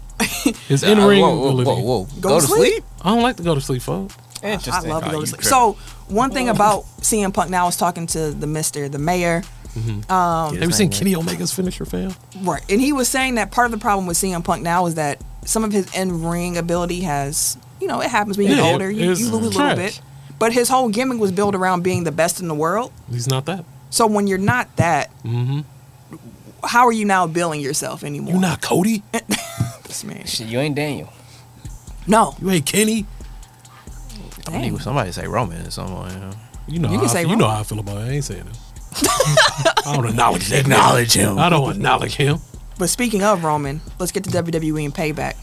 His in ring
Uh, Whoa, whoa, whoa,
ability.
whoa.
Go
Go
to
to
sleep?
sleep?
I don't like to go to sleep, folks.
I
Interesting.
love to
Oh,
go
you
to sleep.
tripping.
So one thing about CM Punk now I was talking to the Mister, the Mayor, Oh,
Have you seen Kenny Omega's finisher fail?
right? And he was saying that part of the problem with CM Punk now is that some of his in ring ability has, you know, it happens when you get
Yeah,
older, you,
it's
you lose a little
trash.
bit. But his whole gimmick was built around being the best in the world.
He's not that.
So when you're not that,
Mm-hmm.
how are you now billing yourself anymore?
You not Cody?
This man.
Shit, you ain't Daniel.
No.
You ain't Kenny?
Dang.
Nigga, Somebody say Roman or someone. You know?
You know,
You can
how,
say
I, you know
wrong.
how I feel about it. I ain't saying it. I don't acknowledge that. nigga.
Acknowledge him.
I don't acknowledge him.
But speaking of Roman, let's get to WWE E and Payback.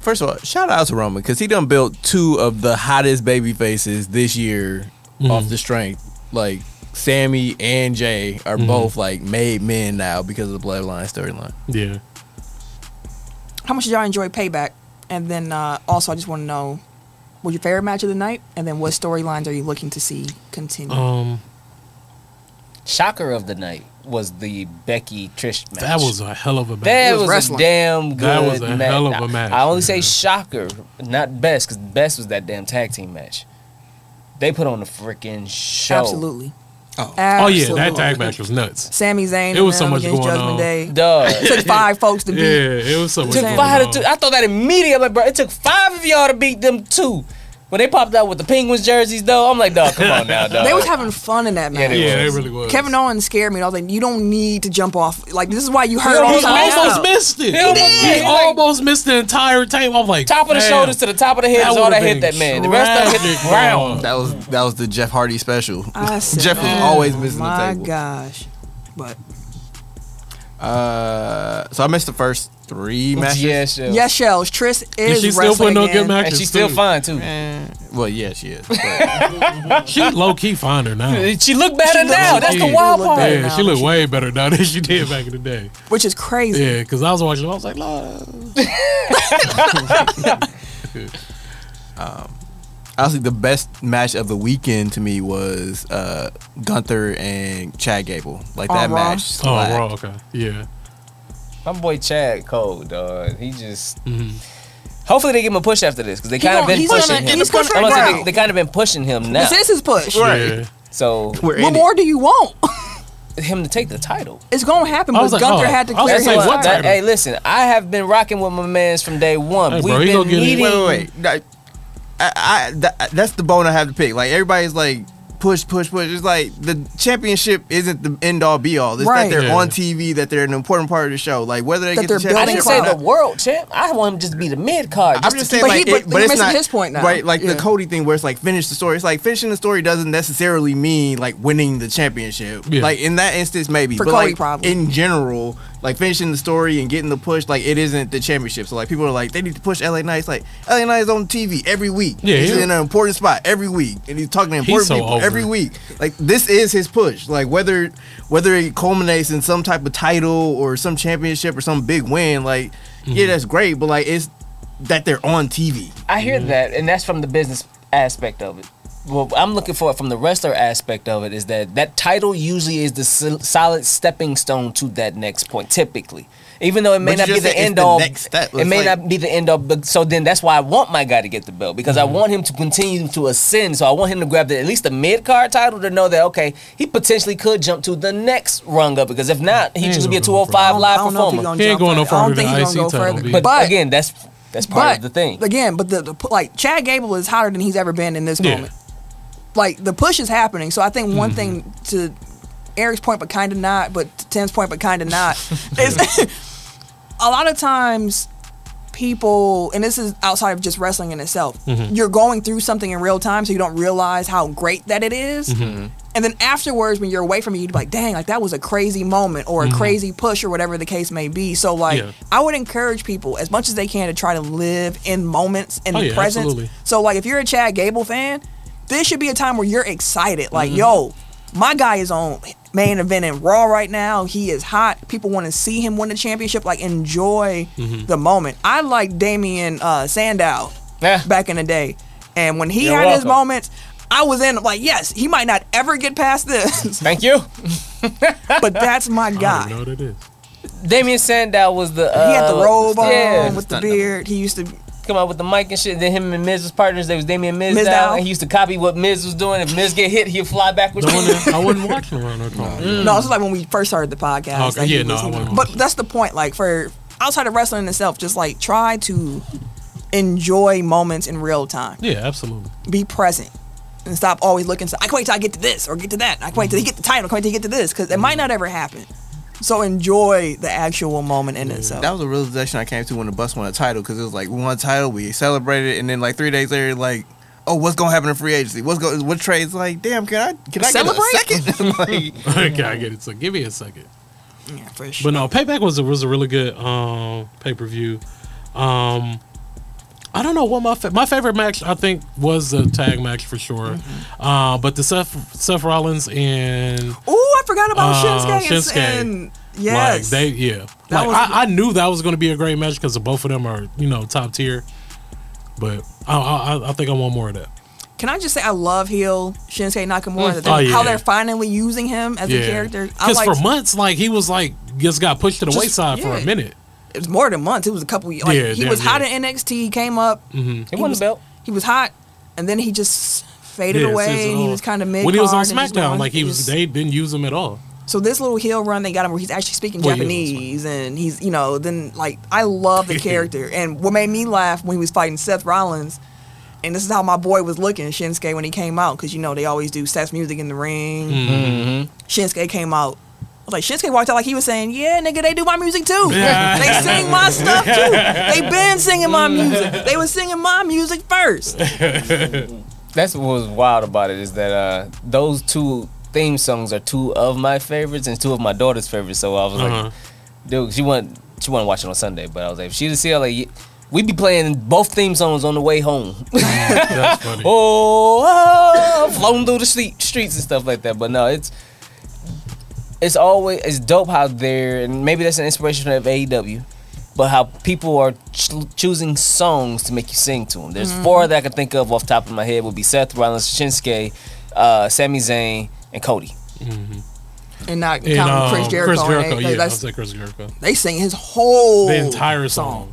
First of all, shout out to Roman because he done built two of the hottest baby faces this year
Mm-hmm.
off the strength. Like Sammy and Jay are
Mm-hmm.
both like made men now because of the bloodline storyline.
Yeah.
How much did y'all enjoy Payback? And then uh, also, I just want to know what your favorite match of the night, and then what storylines are you looking to see continue?
Um,
Shocker of the night was the Becky Trish match.
that was a hell of a match.
That
It was
was,
wrestling.
a damn good
That was a
match.
hell of a
I-
match,
I only
man.
say shocker, not best, because best was that damn tag team match. They put on a freaking show.
Absolutely.
Oh.
oh
Absolutely.
yeah, that tag match was nuts.
Sami Zayn.
It was
and
so
them
much
against
going
Judgment
on.
Day.
Duh.
It took five folks to
Yeah,
beat.
it was so much.
took
going
five
on.
to two. I thought that immediately. I'm like, bro, it took five of y'all to beat them two. When they popped out with the Penguins jerseys, though, I'm like, dog, come on now, dog.
They was having fun in that match.
they
Yeah,
was.
it really was.
Kevin Owens scared me. and I was like, you don't need to jump off. Like this is why you hurt all
He
the time.
almost missed it. He
Yeah, like-
almost missed the entire table. I'm like,
top of the
damn,
shoulders to the top of the head is all
would've
that hit
been
that man. The rest of it hit the
tragic,
ground.
dog.
That was that was the Jeff Hardy special.
I said,
Jeff was
oh,
always missing the
my
table.
gosh. But
Uh, so I missed the first three matches.
Yeah, sure.
yes, Shells. Trish
And
is
she still
wrestling
putting on
again.
good matches.
And she's still
too.
fine too.
Well, yeah, she is.
She low key fine her now.
She look better
She look-
now.
she
That's the
do
wild
look
part.
better.
Yeah,
now,
she look
she-
way better now than she did back in the day.
which is crazy.
Yeah, because I was watching, I was like, Lord.
Honestly, the best match of the weekend to me was uh, Gunther and Chad Gable. Like
On
that
Raw?
match.
Oh,
slapped.
raw, okay, yeah.
My boy Chad Cole, dog. He just.
Mhm.
Hopefully they give him a push after this because they
Mm-hmm. He
kind of
gonna-
been
he's
pushing
gonna-
him.
he's gonna
I'm gonna say
turn
they, kind of been pushing him now.
This is his push.
Yeah.
So
We're
What
in it.
more do you want?
him to take the title.
It's gonna happen.
I
But
was like,
Gunther
oh,
had to
I was
clear his
gonna say, what
what
the-
that,
title?
hey, listen, I have been rocking with my man's from day one.
Hey,
We've
bro, he
been
gonna get it.
needing.
Wait, wait, wait. Like, I, I, that, that's the bone I have to pick. Like everybody's like push, push, push. It's like the championship isn't the end all be all. It's
Right.
that they're
Yeah.
on TV, that they're an important part of the show. Like whether they
That
get
they're
the
building
I
championship.
didn't
or
say
clout.
the
not.
world champ. I want him to just be the mid card.
I'm just saying,
But
like,
he-
it-
but you're
it's
missing
not
his point now.
right? Like
Yeah.
the Cody thing, where it's like finish the story. It's like finishing the story doesn't necessarily mean like winning the championship.
Yeah.
Like in that instance, maybe,
For
but
Cody,
like
probably.
in general, like finishing the story and getting the push, like it isn't the championship. So like people are like they need to push LA Knight. It's like LA Knight is on TV every week.
Yeah,
he's
yeah.
in an important spot every week, and he's talking to important
so
people
over
every
it.
week. Like this is his push. Like whether whether it culminates in some type of title or some championship or some big win, like yeah, that's great. But like it's that they're on TV.
I hear that, and that's from the business aspect of it. Well, I'm looking for it from the wrestler aspect of it is that that title usually is the sol- solid stepping stone to that next point, typically. Even though it may
But
not
you
be
just
the
said it's
end
the
all,
next step.
it
It's
may
like-
not be the end all. But so then that's why I want my guy to get the belt because I want him to continue to ascend. So I want him to grab the, at least the mid card title to know that okay, he potentially could jump to the next rung up because if not, he
Ain't
just be a
no room for that.
205
I
live
don't know if he
performer.
gonna
He ain't
jump
going no
further. I don't
further
think
than
he's gonna
IC
go
title,
further.
B.
But,
But
again, that's That's part
but
of the thing.
Again, but the, the pu- like Chad Gable is hotter than he's ever been in this
Yeah. Mm-hmm.
moment. Like the push is happening. So I think one thing to Eric's point, but kind of not, but to Tim's point, but kind of not, is a lot of times people, and this is outside of just wrestling in itself, you're going through something in real time, so you don't realize how great that it is. And then afterwards, when you're away from it, you'd be like, dang, like that was a crazy moment or a crazy push or whatever the case may be. So, like,
Yeah.
I would encourage people as much as they can to try to live in moments in
Oh,
the
yeah,
presence.
absolutely.
So, like, if you're a Chad Gable fan, this should be a time where you're excited.
Mm-hmm.
Like, yo, my guy is on main event in Raw right now. He is hot. People want to see him win the championship. Like, enjoy
Mm-hmm.
the moment. I like Damian uh, Sandow
Yeah.
back in the day. And when he
You're
had his
welcome.
moments, I was in like, yes, he might not ever get past this,
Thank you.
but that's my
I don't
guy.
know what it is.
Damian Sandow was the uh,
He had the robe on
yeah,
with the
stunt double.
beard. He used to
come out with the mic and shit. Then him and Miz was partners. They was Damian Miz,
Miz
now,
Dow.
and he used to copy what Miz was doing. If Miz get hit, he'd fly backwards.
I wasn't, I wasn't watching around that time.
No, it's like when we first started the podcast.
Okay,
like,
yeah,
he
no,
was-
I wasn't
but that's the point. Like for outside of wrestling itself, just like try to enjoy moments in real time.
Yeah, absolutely.
Be present. And stop always looking. To, I can't wait till I get to this or get to that. I can't wait till he get the title. I can't wait till he get to this because it might not ever happen. So enjoy the actual moment in itself.
That was a realization I came to when the bus won a title because it was like we won a title, we celebrated, and then like three days later, like, oh, what's gonna happen in free agency? What's going? What trades? Like, damn, can I can I
Celebrate?
get a second? like,
okay, I get it. So give me a second.
yeah, for sure.
But no, Payback was a, was a really good um, pay per view. Um, I don't know what my fa- my favorite match I think was the tag match for sure.
Mm-hmm.
Uh, but the Seth Seth Rollins and
Oh, I forgot about
Uh,
Shinsuke, and-
Shinsuke.
and yes,
like they yeah,
That
like
was-
I, I knew that was going to be a great match because both of them are you know top tier. But I, I I- I think I want more of that.
Can I just say I love heel Shinsuke Nakamura? that
Oh,
they're- How
yeah.
they're finally using him as a
Yeah,
character. I
because
like
for months like he was like just got pushed to the
Just-
wayside for a
yeah.
minute.
it was more than months. It was a couple. Like,
Yeah,
he
damn
was
near.
hot in NXT. He came up.
Mm-hmm.
He
He
won
was-
the belt.
He was hot, and then he just faded
Yeah,
away.
since,
and he
uh,
was kind of mid.
when he was on SmackDown. Like he was, they didn't use him at all.
So this little heel run they got him where he's actually speaking
Well, yeah, that's
Japanese and he's you know then like I love the character and what made me laugh when he was fighting Seth Rollins and this is how my boy was looking Shinsuke when he came out because you know they always do Seth's music in the ring
Mm-hmm.
Mm-hmm.
Shinsuke came out I was like Shinsuke walked out like he was saying yeah nigga they do my music too
Yeah.
they sing my stuff too they been singing my music they was singing my music first
That's what was wild about it is that uh, those two theme songs are two of my favorites and two of my daughter's favorites. So I was
Uh-huh.
like, dude, she went she wanted to watch it on Sunday, but I was like, if she to see her like. We'd be playing both theme songs on the way home.
That's funny.
oh, oh, floating through the street, streets and stuff like that. But no, it's it's always it's dope how they're and maybe that's an inspiration of AEW, but how people are cho- choosing songs to make you sing to them. There's four that I can think of off the top of my head would be Seth Rollins, Shinsuke, uh, Sami Zayn, and Cody.
and not
And,
counting Chris
um,
Jericho,
Chris
and
Jericho,
they,
yeah, I
that's-
was like Chris Jericho.
they sing his whole
the entire song.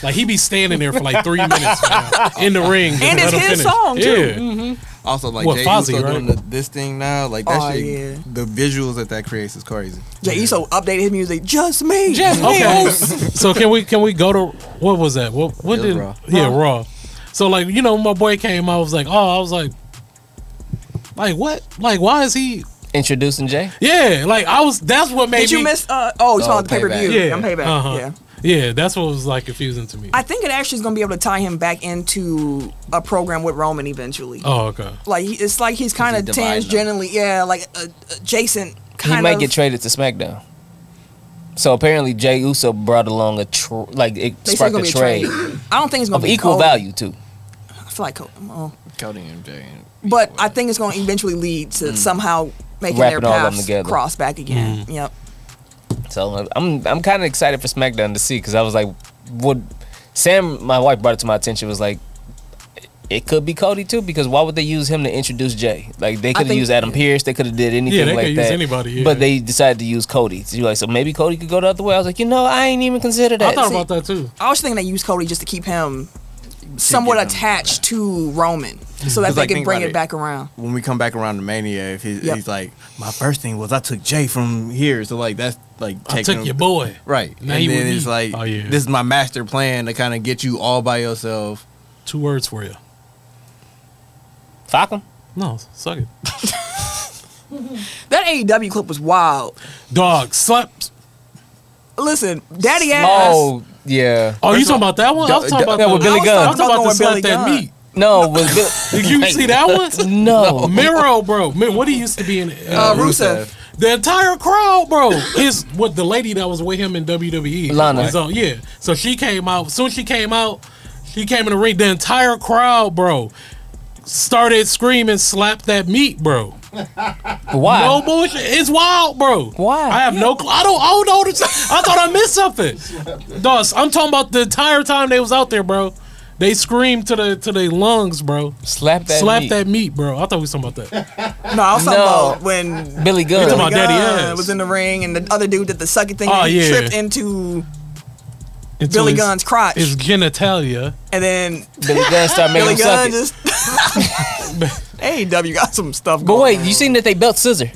Like he be standing there for like three minutes man, in the ring, just
And it's
let him
his
finish.
song, too. Mm-hmm.
Yeah,
also, like
What,
Jay
Fozzy,
Uso
right?
doing the, this thing now, like that
Oh,
shit.
yeah.
The visuals that that creates is crazy.
Jay Uso updated his music. Just me.
Just me.
okay. so can we can we go to what was that? What what
It was
did
Raw.
yeah raw? So like you know my boy came. I was like oh I was like like what like why is he
Introducing Jay.
yeah like I was that's what made
Did you
me-
miss? Uh, oh, it's
Oh,
on the pay per view.
Payback.
yeah
I'm payback.
uh-huh.
Yeah.
yeah that's what was like confusing to me.
I think it actually is going to be able to tie him back into a program with Roman eventually.
oh okay
Like he- it's like he's kind
he
of
divine now?
tangentially, yeah, like uh, adjacent. Kind
he might
of,
get traded to SmackDown. So apparently Jay Uso brought along a tr- like it
they say it's
sparked a
gonna be a trade. Oh.
trade
I don't think it's going
of
to be
equal
Cody.
value too.
I feel like, Cody- oh.
Cody and Jay. and-
but I think it's going to eventually lead to somehow making
Mm. Wrapping
their
all of them
paths
together. Mm.
cross back again. Yep.
So I'm I'm kind of excited for SmackDown to see because I was like, would Sam? My wife brought it to my attention. Was like, it could be Cody too because why would they use him to introduce Jay? Like they could have
think-
used Adam Pierce. They could have did anything
Yeah, they
like
could use
that.
anybody, yeah.
But they decided to use Cody. So you're like, so maybe Cody could go the other way. I was like, you know, I ain't even consider
I
that.
thought
See-
about that too.
I was thinking they use Cody just to keep him somewhat
him-
attached to Roman, so that
Cause,
they
like,
can
think
bring
about
it
it.
back around.
When we come back around to Mania, if he,
Yep.
he's like, my first thing was I took Jay from here, so like that's like
I
taking
took your boy.
right.
Now
and
you
then
with
it's
me.
like
Oh, yeah.
this is my master plan to kind of get you all by yourself.
Two words for you.
Fuck him.
No, suck it.
That AEW clip was wild.
Dog, slap.
Listen, Daddy ass.
Oh yeah.
Oh, you talking about that one? I was talking
that-
about
that with
the-
Billy
I was
Gunn.
talking about the
Talking
slap
with
that
Billy
meat.
No, was Bill-
Did you see that one?
No.
Miro, bro. Man, what he used to be in?
uh,
Uh,
Rusev.
the entire crowd, bro, is what the lady that was with him in WWE.
Lana.
is on- yeah. So she came out. Soon she came out. She came in the ring. The entire crowd, bro, started screaming, "Slap that meat, bro!"
Why?
No bullshit. It's wild, bro.
Why?
I have no clue. I don't. I don't know. What it's- I thought I missed something. Dawes, I'm talking about the entire time they was out there, bro. They screamed to the to their lungs, bro.
Slap that.
Slap
meat.
that meat, bro. I thought we was talking about that.
No, I was talking
No.
about when
Billy Gunn.
talking about- Oh, Daddy
Gunn
ass.
was in the ring and the other dude did the sucky thing
Oh,
and he
yeah.
tripped into
Into
Billy
his-
Gunn's crotch.
His genitalia.
and then
Billy Gunn start making
Billy
him suck
Gunn
it.
just AEW E got some stuff
But
going
wait,
on.
you seen that they belt scissor?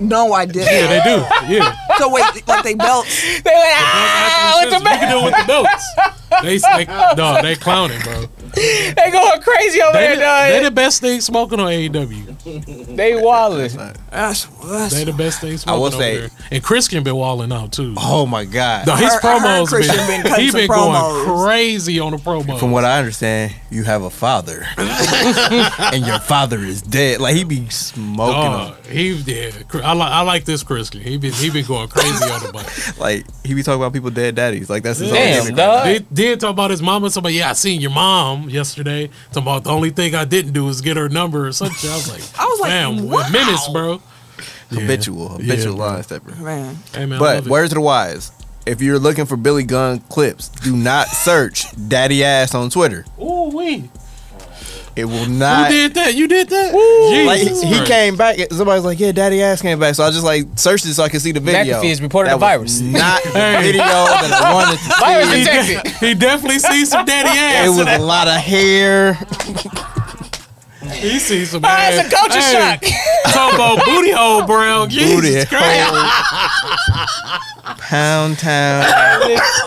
No, I didn't.
Yeah, they do. Yeah.
So wait, like they belts.
They went ah with the
you can
belt.
do it with the belts. They, they no, they clowning, bro.
They going crazy over there,
They,
dog.
the, they the best thing smoking on E AEW.
They walling.
That's, that's
They the best thing smoking
will
over
say-
there. And Christian been walling out too.
Oh my god!
No, his
I heard- I heard
promos
Christian been
been,
cutting
he
some
been
promos.
going crazy on the promos.
From what I understand, you have a father, and your father is dead. Like he be smoking on,
Oh, he yeah, Cr- I like I like this Christian. He been he been going crazy on the bike.
like he be talking about people dead daddies. Like that's his
Damn,
own gimmick.
dog.
They did talk about his mama. Somebody, yeah, I seen your mom yesterday. Talking about the only thing I didn't do is get her number or something. I was like,
I was like,
damn,
wow.
menace, bro.
habitual,
Yeah,
habitual
bro.
line stepper.
man.
Hey, man, I
But
love it.
words to the wise, if you're looking for Billy Gunn clips, do not search "daddy ass" on Twitter.
Ooh wee.
It will
You
not.
did that. You did that.
Like
Jesus
he
Christ.
came back. Somebody was like, "Yeah, daddy ass came back." So I just like searched it so I could see the video.
McAfee has reported
That
a virus.
was Not the video that I wanted to see.
Virus
He,
detected.
de- he definitely sees some daddy ass.
It was
in
a
that.
lot of hair.
He sees some.
Ah,
ass.
it's a culture
Hey,
shock.
Talk about booty hole, Brown. Jesus
Booty
Christ.
Pound Town.
Yikes.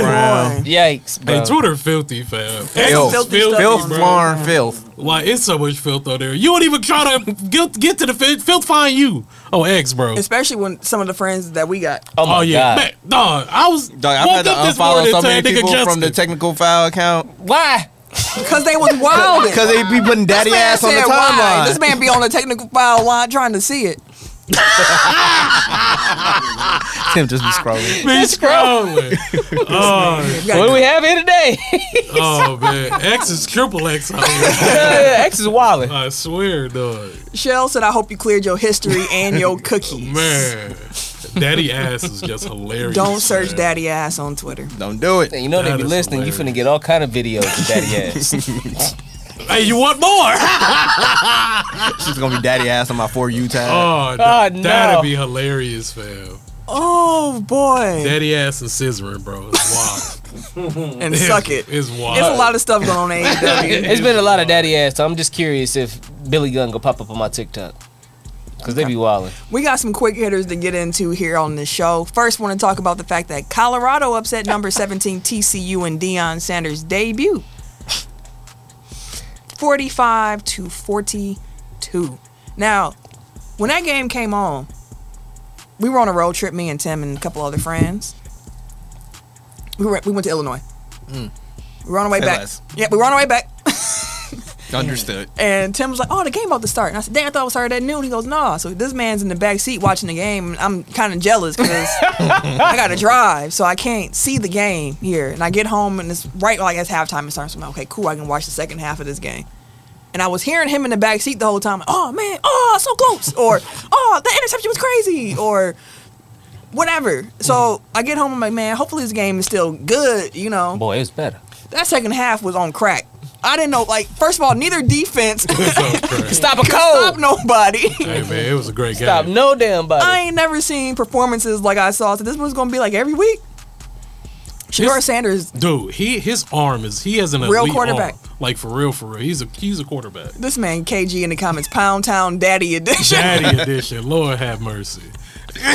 Brown.
Yikes, bro.
Hey, Twitter filthy, fam.
Filth.
filthy
filth,
stuff
Filth,
on there.
Lauren, filth.
Why it's so much filth out there? You don't even try to get, get to the filth. Filth find you. Oh, eggs, bro.
Especially when some of the friends that we got.
oh my
oh yeah,
god.
man, dog. I was
Dog, I've had
woke
to
up this
unfollow
morning
so
to a
many
nigga
people from the
Justin.
technical file account
Why?
Because they was wild.
because they be putting daddy ass on the
Why? This
timeline.
man be on the technical file line trying to see it.
Tim just be scrolling.
Be scrolling. oh,
You
What do
gotta
we have here today?
oh man, X is triple X. out here.
X is wallet.
I swear, dog.
Shell said, I hope you cleared your history and your cookies.
Man, daddy ass is just hilarious.
Don't search
man.
daddy ass on Twitter.
Don't do it.
You know they
That
be
is
listening. You
hilarious.
finna get all kind of videos of daddy ass.
Hey, you want more? Oh,
She's gonna be daddy ass on my for you tab.
Oh,
Ah,
that,
no.
that'd be hilarious, fam.
Oh boy.
Daddy ass and scissoring, bro. It's wild.
and suck it. It's
It's wild.
a E lot of stuff going on in AEW.
it's been a lot of daddy ass. So I'm just curious if Billy Gunn go pop up on my TikTok because they be wilding.
We got some quick hitters to get into here on the show. First, want to talk about the fact that Colorado upset number 17 TCU in Deion Sanders' debut. 45 to 42. Now, when that game came on, we were on a road trip, me and Tim and a couple other friends. We, were, we went to Illinois. We were on our way
Mm. Say
back.
less.
Yeah, we were on our way back.
Oh.
Understood.
And Tim was like, "Oh, the game about to start." And I said, "Damn, I thought it started at noon." He goes, "No." So this man's in the back seat watching the game. And I'm kind of jealous because I got to drive, so I can't see the game here. And I get home, and it's right like it's halftime. It starts. I'm like, "Okay, cool. I can watch the second half of this game." And I was hearing him in the back seat the whole time. Oh man, oh so close, or oh the interception was crazy, or whatever. So I get home. I'm like, man, hopefully this game is still good. You know,
Boy, it was better.
that second half was on crack. I didn't know. Like, first of all, neither defense
So crazy.
Stop a
stop
cold.
nobody.
Hey man, it was a great
Stop
game.
no damn body.
I ain't never seen performances like I saw. So this one's gonna be like every week. Shador
This-
Sanders,
Dude, he his arm is he has an
Real
elite
quarterback.
arm. Like for real, for real. He's a he's a quarterback.
this man KG in the comments, Pound Town Daddy Edition.
Daddy edition. Lord have mercy. I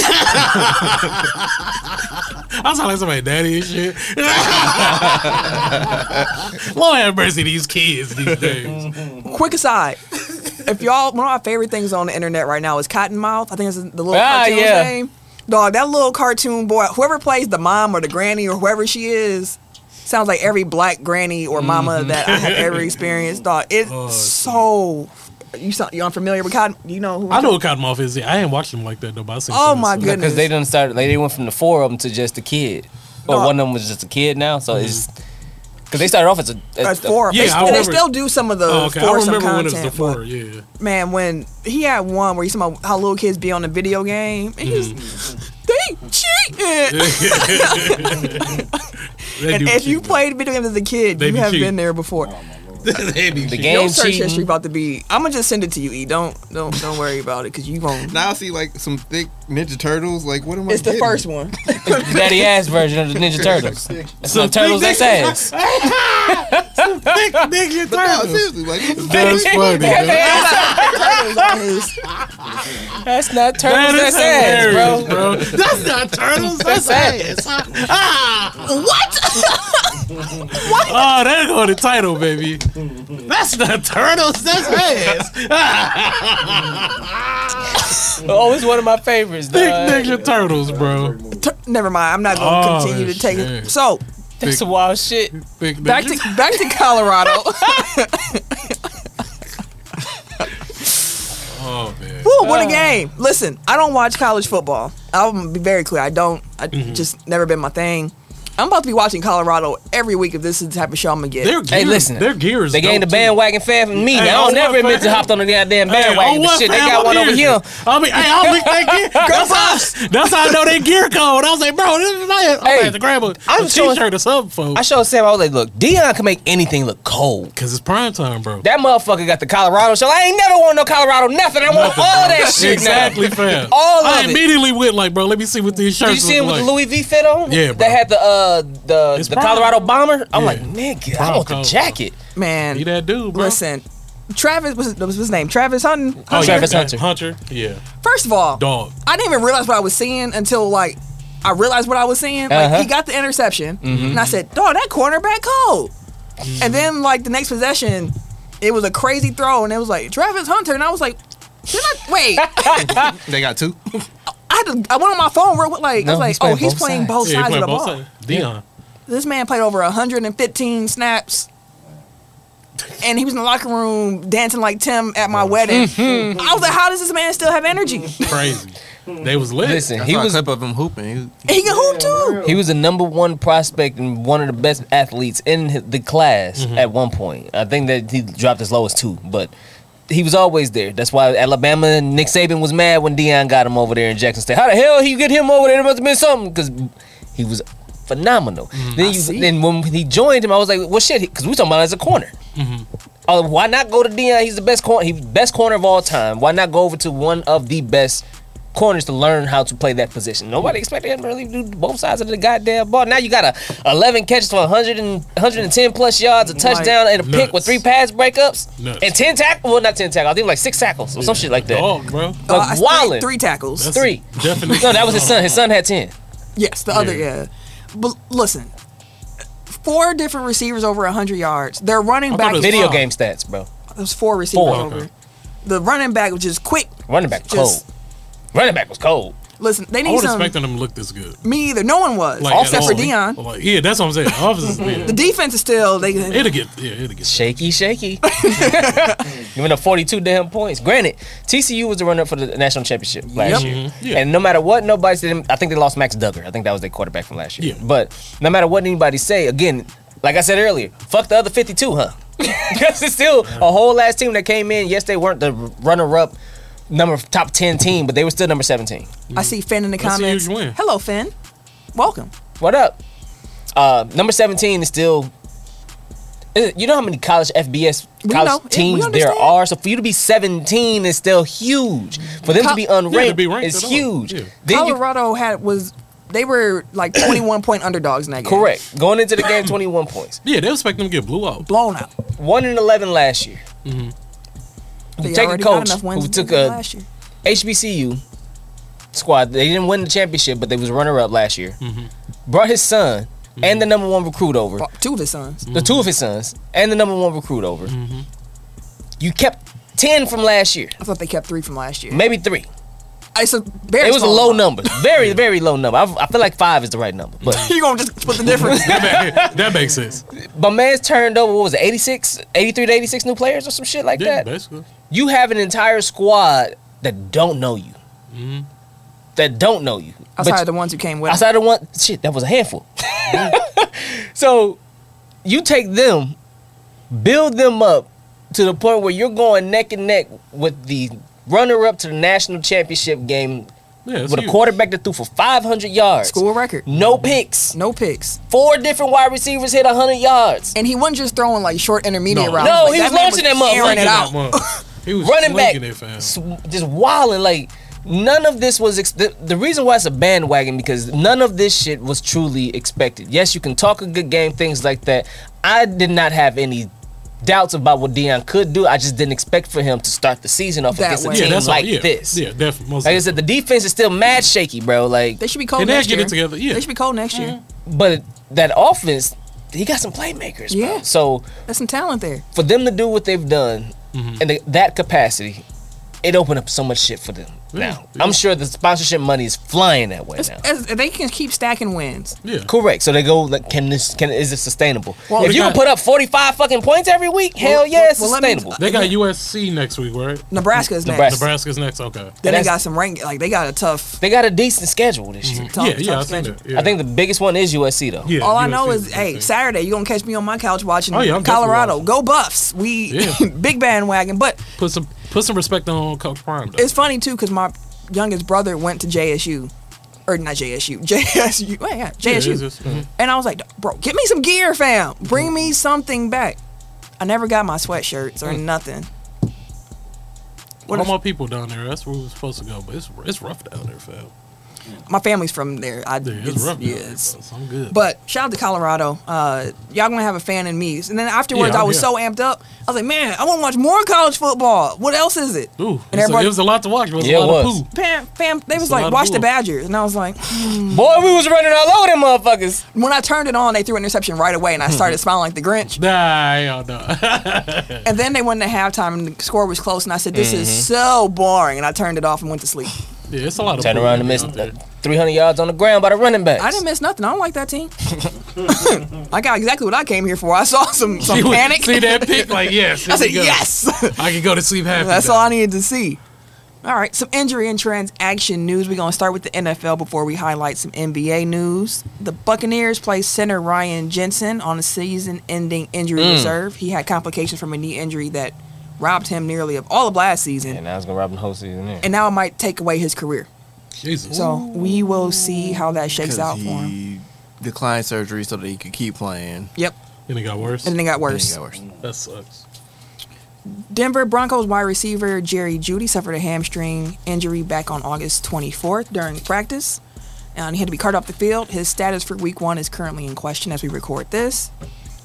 sound like somebody daddy and shit. Lord have mercy, these kids these days.
Quick aside. If y'all, one of my favorite things on the internet right now is Cottonmouth. I think that's the little
Ah,
cartoon's
yeah.
name. Dog, that little cartoon boy, whoever plays the mom or the granny or whoever she is, sounds like every black granny or mama that I have ever experienced. Dog, it's so. You sound you unfamiliar with Cotton? You know who?
I know what Cottonmouth is. Yeah, I ain't watched them like that though. But I seen
Oh
some of
my
this
goodness.
because
stuff.
they done started. Like, they went from the four of them to just a kid, or
No.
one of them was just a kid now. So it's because they started off as a
That's
as a-
four.
Yeah,
they,
I
they
remember-
still do some of the
Oh, okay. I
for some
remember when it
content.
was the
but-
four. Yeah.
man, when he had one where he's talking about how little kids be on the video game, and he's
Mm-hmm.
they cheating.
They
and
do
if you
cheat,
played video games as a kid,
They
you
be
have been
cheating.
there before.
man. they
The
do cheat.
Your
game
search history
cheating.
about to be. I'm gonna just send it to you. E. Don't don't don't worry about it because you won't.
Now I see like some thick Ninja Turtles. Like what am I?
It's the
getting?
first one.
Daddy ass version of the Ninja Turtles. That's some turtles that's ass.
But no, seriously, like what the
That's funny. dude.
That's not turtles
That is
that's ass, bro.
hilarious, bro. That's not turtles. That's ass. Ah. what? what? Oh, that's on the title, baby. That's not turtles. That's ass.
Oh, it's one of my favorites.
Big
dog.
Ninja Turtles, bro.
Tur- Never mind. I'm not gonna
Oh,
continue to take it.
shit.
So
That's some wild shit.
Big
back
Ninja.
to back to Colorado.
Oh man.
Woo, what a game! Listen, I don't watch college football. I'm be very clear. I don't. I
Mm-hmm.
just never been my thing. I'm about to be watching Colorado every week if this is the type of show I'm gonna get.
Their gear,
listen.
Their gears.
They gained the bandwagon fan from me.
Hey,
I
oh,
don't never
what
admit to
fan?
hopped on the goddamn
oh,
bandwagon. but shit, they got one over here.
I mean, hey, I'll lick that gear. That's how, that's how I know that gear code. I was like, bro, this is my. I
Hey,
had to grab a,
I'm
a
showing-
t-shirt or something,
I
folks.
showed Sam. I was like, look, Dion can make anything look cold.
Because it's prime time, bro.
That motherfucker got the Colorado show. I ain't never want no Colorado nothing. I want all that shit
exactly,
now.
fam.
All
I
of it.
immediately went like, bro, let me see what these shirts.
Did you see
look
him with
like.
the Louis V fit on?
Yeah, bro.
They had the uh the,
It's
the
prime.
Colorado bomber. I'm
Yeah.
like, nigga,
Prime
I want the
colors,
jacket.
Man,
He that dude, bro.
listen, Travis was, was his name Travis Hunton.
Oh, yeah,
Travis
that
Hunter.
Hunter. Yeah.
First of all,
Dog.
I didn't even realize what I was seeing until like I realized what I was seeing. Like
Uh-huh.
he got the interception,
Mm-hmm.
and I said, "Dog, that cornerback cold." And then like the next possession, it was a crazy throw, and it was like Travis Hunter, and I was like, "Did I wait?"
fuck? They got two.
I had to, I went on my phone real quick. Like
No,
I was
he's
like, oh,
playing
he's
both
playing
sides.
both
yeah, he
sides of
played
the
both
ball.
sides. Dion.
This man played over 115 snaps, and he was in the locker room dancing like Tim at
Oh.
my wedding.
Mm-hmm.
I was like, how does this man still have energy? And
Crazy. They was lit.
Listen,
I
he
saw a
was
clip of him hooping.
he can hoop too. Uh,
he was the number one prospect and one of the best athletes in hi- the class
Mm-hmm.
at one point. I think that he dropped as low as two, but he was always there. That's why Alabama Nick Saban was mad when Dion got him over there in Jackson State. How the hell he get him over there? There must have been something because he was phenomenal. Then you, then when he joined him, I was like, well, shit, because we talking about as a corner. Uh, why not go to Dion? He's the best corner. He's best corner of all time. Why not go over to one of the best corners to learn how to play that position? Nobody expected him to really do both sides of the goddamn ball. Now you got a 11 catches for 100 and, 110 plus yards, a touchdown, and a pick
Nuts.
with three pass breakups
Nuts. Oh.
and 10 tackles. Well, not 10 tackles. I think like six tackles or some shit like that.
Dog, bro.
Uh,
Like
I-
wildin'.
three, three tackles.
That's
Three.
Definitely.
No, that was his son. His son had 10.
Yes, the other
Yeah.
yeah. But listen, four different receivers over 100 yards. Their running
I
back
thought it
Video
Wow.
game stats, bro.
was four receivers
Four.
over. The running back was just quick.
Running back was
Just-
cold. Running back was cold.
Listen, they
I
need
wasn't
some.
expecting them to look this good.
Me either. No one was,
at
except for
all.
Dion.
Like, yeah, that's what I'm saying. Officers,
The
yeah.
defense is still they.
It'll get, yeah, it'll get.
shaky, shaky. Giving up 42 damn points. Granted, TCU was the runner up for the national championship
Yep.
last year.
Mhm. Yeah.
And no matter what nobody said, I think they lost Max Duggar. I think that was their quarterback from last year.
Yeah.
But no matter what anybody say, again, like I said earlier, fuck the other 52, huh? Because it's still a whole last team that came in. Yes, they weren't the runner up number top 10 team, but they were still number 17.
I see Finn in the
That's a
comments.
huge win.
Hello, Finn. Welcome.
What up? Uh, number 17 is still. Uh, You know how many college FBS
We
college
know. Yeah, we
teams there
understand.
are. So for you to be 17 is still huge. For them
Co-
to be unranked
Yeah, to be ranked
is
at all.
huge.
Yeah.
Then you,
Colorado had was they were like 21 point underdogs in that game.
correct. Going into the game, 21 points.
Yeah, they expect them to get blew out.
Blown out.
One and 11 last year.
Mm-hmm.
They
You take a
already got
coach
enough wins
who
to
took
beat them
a
last year.
HBCU squad. They didn't win the championship, but they was runner up last year.
Mm-hmm.
Brought his son and the number one recruit over,
Brought Two of his sons.
the two of his sons and the number one recruit over. You kept ten from last year,
I thought they kept three from last year.
maybe three.
It's a Bears
It was a
fault.
low number, very very low number. I, I feel like five is the right number, but.
You gonna just put the difference?
that makes sense.
My man's turned over, what was it, 86, 83 to 86 new players or some shit like
Yeah,
that?
basically.
You have an entire squad that don't know you.
Mm-hmm.
That don't know you. But
Outside of the ones who came with. him.
outside of one, shit, that was a handful. so you take them, build them up to the point where you're going neck and neck with the runner up to the national championship game
Yeah, it's
with a
huge.
quarterback that threw for 500 yards.
School record.
No picks.
No picks.
Four different wide receivers hit 100 yards.
And he wasn't just throwing like short intermediate
No.
routes.
No,
Like,
he was
man
launching that motherfucker.
airing it out.
He was
running back,
slinging it, fam.
s- just wilding. Like none of this was ex- the, the reason why it's a bandwagon because none of this shit was truly expected. Yes, you can talk a good game, things like that. I did not have any doubts about what Dion could do. I just didn't expect for him to start the season off
That
against a
way.
Yeah,
team
that's all-
like
yeah,
this.
Yeah, definitely.
Like I said, the defense is still mad shaky, bro. Like,
They should be cold
And they'll
next
get
year.
it together, yeah. Mm-hmm.
They should be cold next year.
but that offense, he got some playmakers, bro.
Yeah.
So
There's some talent there.
for them to do what they've done in the, that capacity, it opened up so much shit for them.
Yeah,
now
yeah.
I'm sure the sponsorship money is flying that way now.
As, they can keep stacking wins.
yeah.
Correct. So they go like, can this can is it sustainable?
Well,
if
they
you can
got-
put up 45 fucking points every week, hell
Well,
yeah, it's
well, let me-
sustainable.
They got USC next week, right?
Nebraska's next.
Nebraska.
Nebraska's next. Okay.
Then
And
they
that's-
got some rank. Like they got a tough.
they got a decent schedule this year.
tough
yeah, yeah, I
tough
think
schedule.
that. Yeah.
I think the biggest one is USC though.
Yeah,
All I
USC
know is,
next
hey,
week.
Saturday you gonna catch me on my couch watching
Oh, yeah, I'm definitely
Colorado.
watching.
Go Buffs. We
Yeah.
big bandwagon. But
put some put some respect on Coach Prime. Though.
it's funny too because my youngest brother went to JSU, or not JSU, JSU. Wait, yeah,
Yeah,
JSU.
it's just- mhm.
And I was like, bro, get me some gear, fam.
Mm.
Bring me something back. I never got my sweatshirts or nothing. What
All
if-
Mm. my people down there. That's where we were supposed to go, but it's it's rough down there, fam.
My family's from there. I
Yeah, it's,
it's-
rough.
yeah,
down there,
it's-
fam, so I'm good.
But shout out to Colorado. Uh, y'all gonna have a fan in me. And then afterwards,
Yeah,
I was
yeah.
so amped up. I was like, man, I want to watch more college football. What else is it?
Ooh,
and
it's a-
everybody-
it was a lot to watch. It was
Yeah,
a
it
lot
was.
of poo.
Fam, fam, they was
a lot
like,
of
watch the
bull.
Badgers, and I was like,
Boy, we was running all over them motherfuckers.
when I turned it on, they threw an interception right away, and I
Mm-hmm.
started smiling like the Grinch.
Nah, hell no.
And then they went to halftime, and the score was close, and I said, this
Mm-hmm.
is so boring, and I turned it off and went to sleep.
yeah, it's a lot of
Turn
poo
around and
down
miss
there.
uh, 300 yards on the ground by the running backs.
I didn't miss nothing. I don't like that team. I got exactly what I came here for. I saw some, some
See what-
panic.
See that pick? Like yes.
I
here we
said,
go.
yes.
I can go to sleep happy.
That's
now.
all I needed to see. All right, some injury and transaction news. We're going to start with the NFL before we highlight some NBA news. The Buccaneers play center Ryan Jensen on a season ending injury reserve. He had complications from a knee injury that robbed him nearly of all of last season,
And I was gonna rob the whole season there.
and now it might take away his career.
Jesus.
So we will see how that shakes out
Because
for him.
he declined surgery so that he could keep playing.
Yep,
and it got worse.
and then it got
And
worse.
he got worse.
that sucks.
Denver Broncos wide receiver Jerry Judy suffered a hamstring injury back on August 24th during practice. And he had to be carted off the field. His status for week one is currently in question as we record this.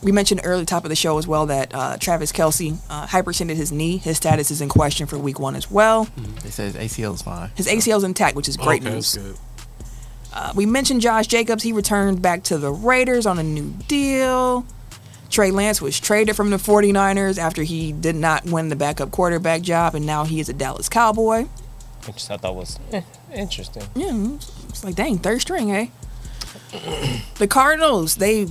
We mentioned early top of the show as well that uh, Travis Kelsey uh, hyperextended his knee. His status is in question for week one as well.
They said his ACL is fine.
His ACL is intact, which is great
Okay,
news.
That's good.
Uh, we mentioned Josh Jacobs. He returned back to the Raiders on a new deal. Trey Lance was traded from the 49ers after he did not win the backup quarterback job, and now he is a Dallas Cowboy.
Which I thought was eh, interesting.
Yeah, it's it's like dang, third string, eh? The Cardinals, they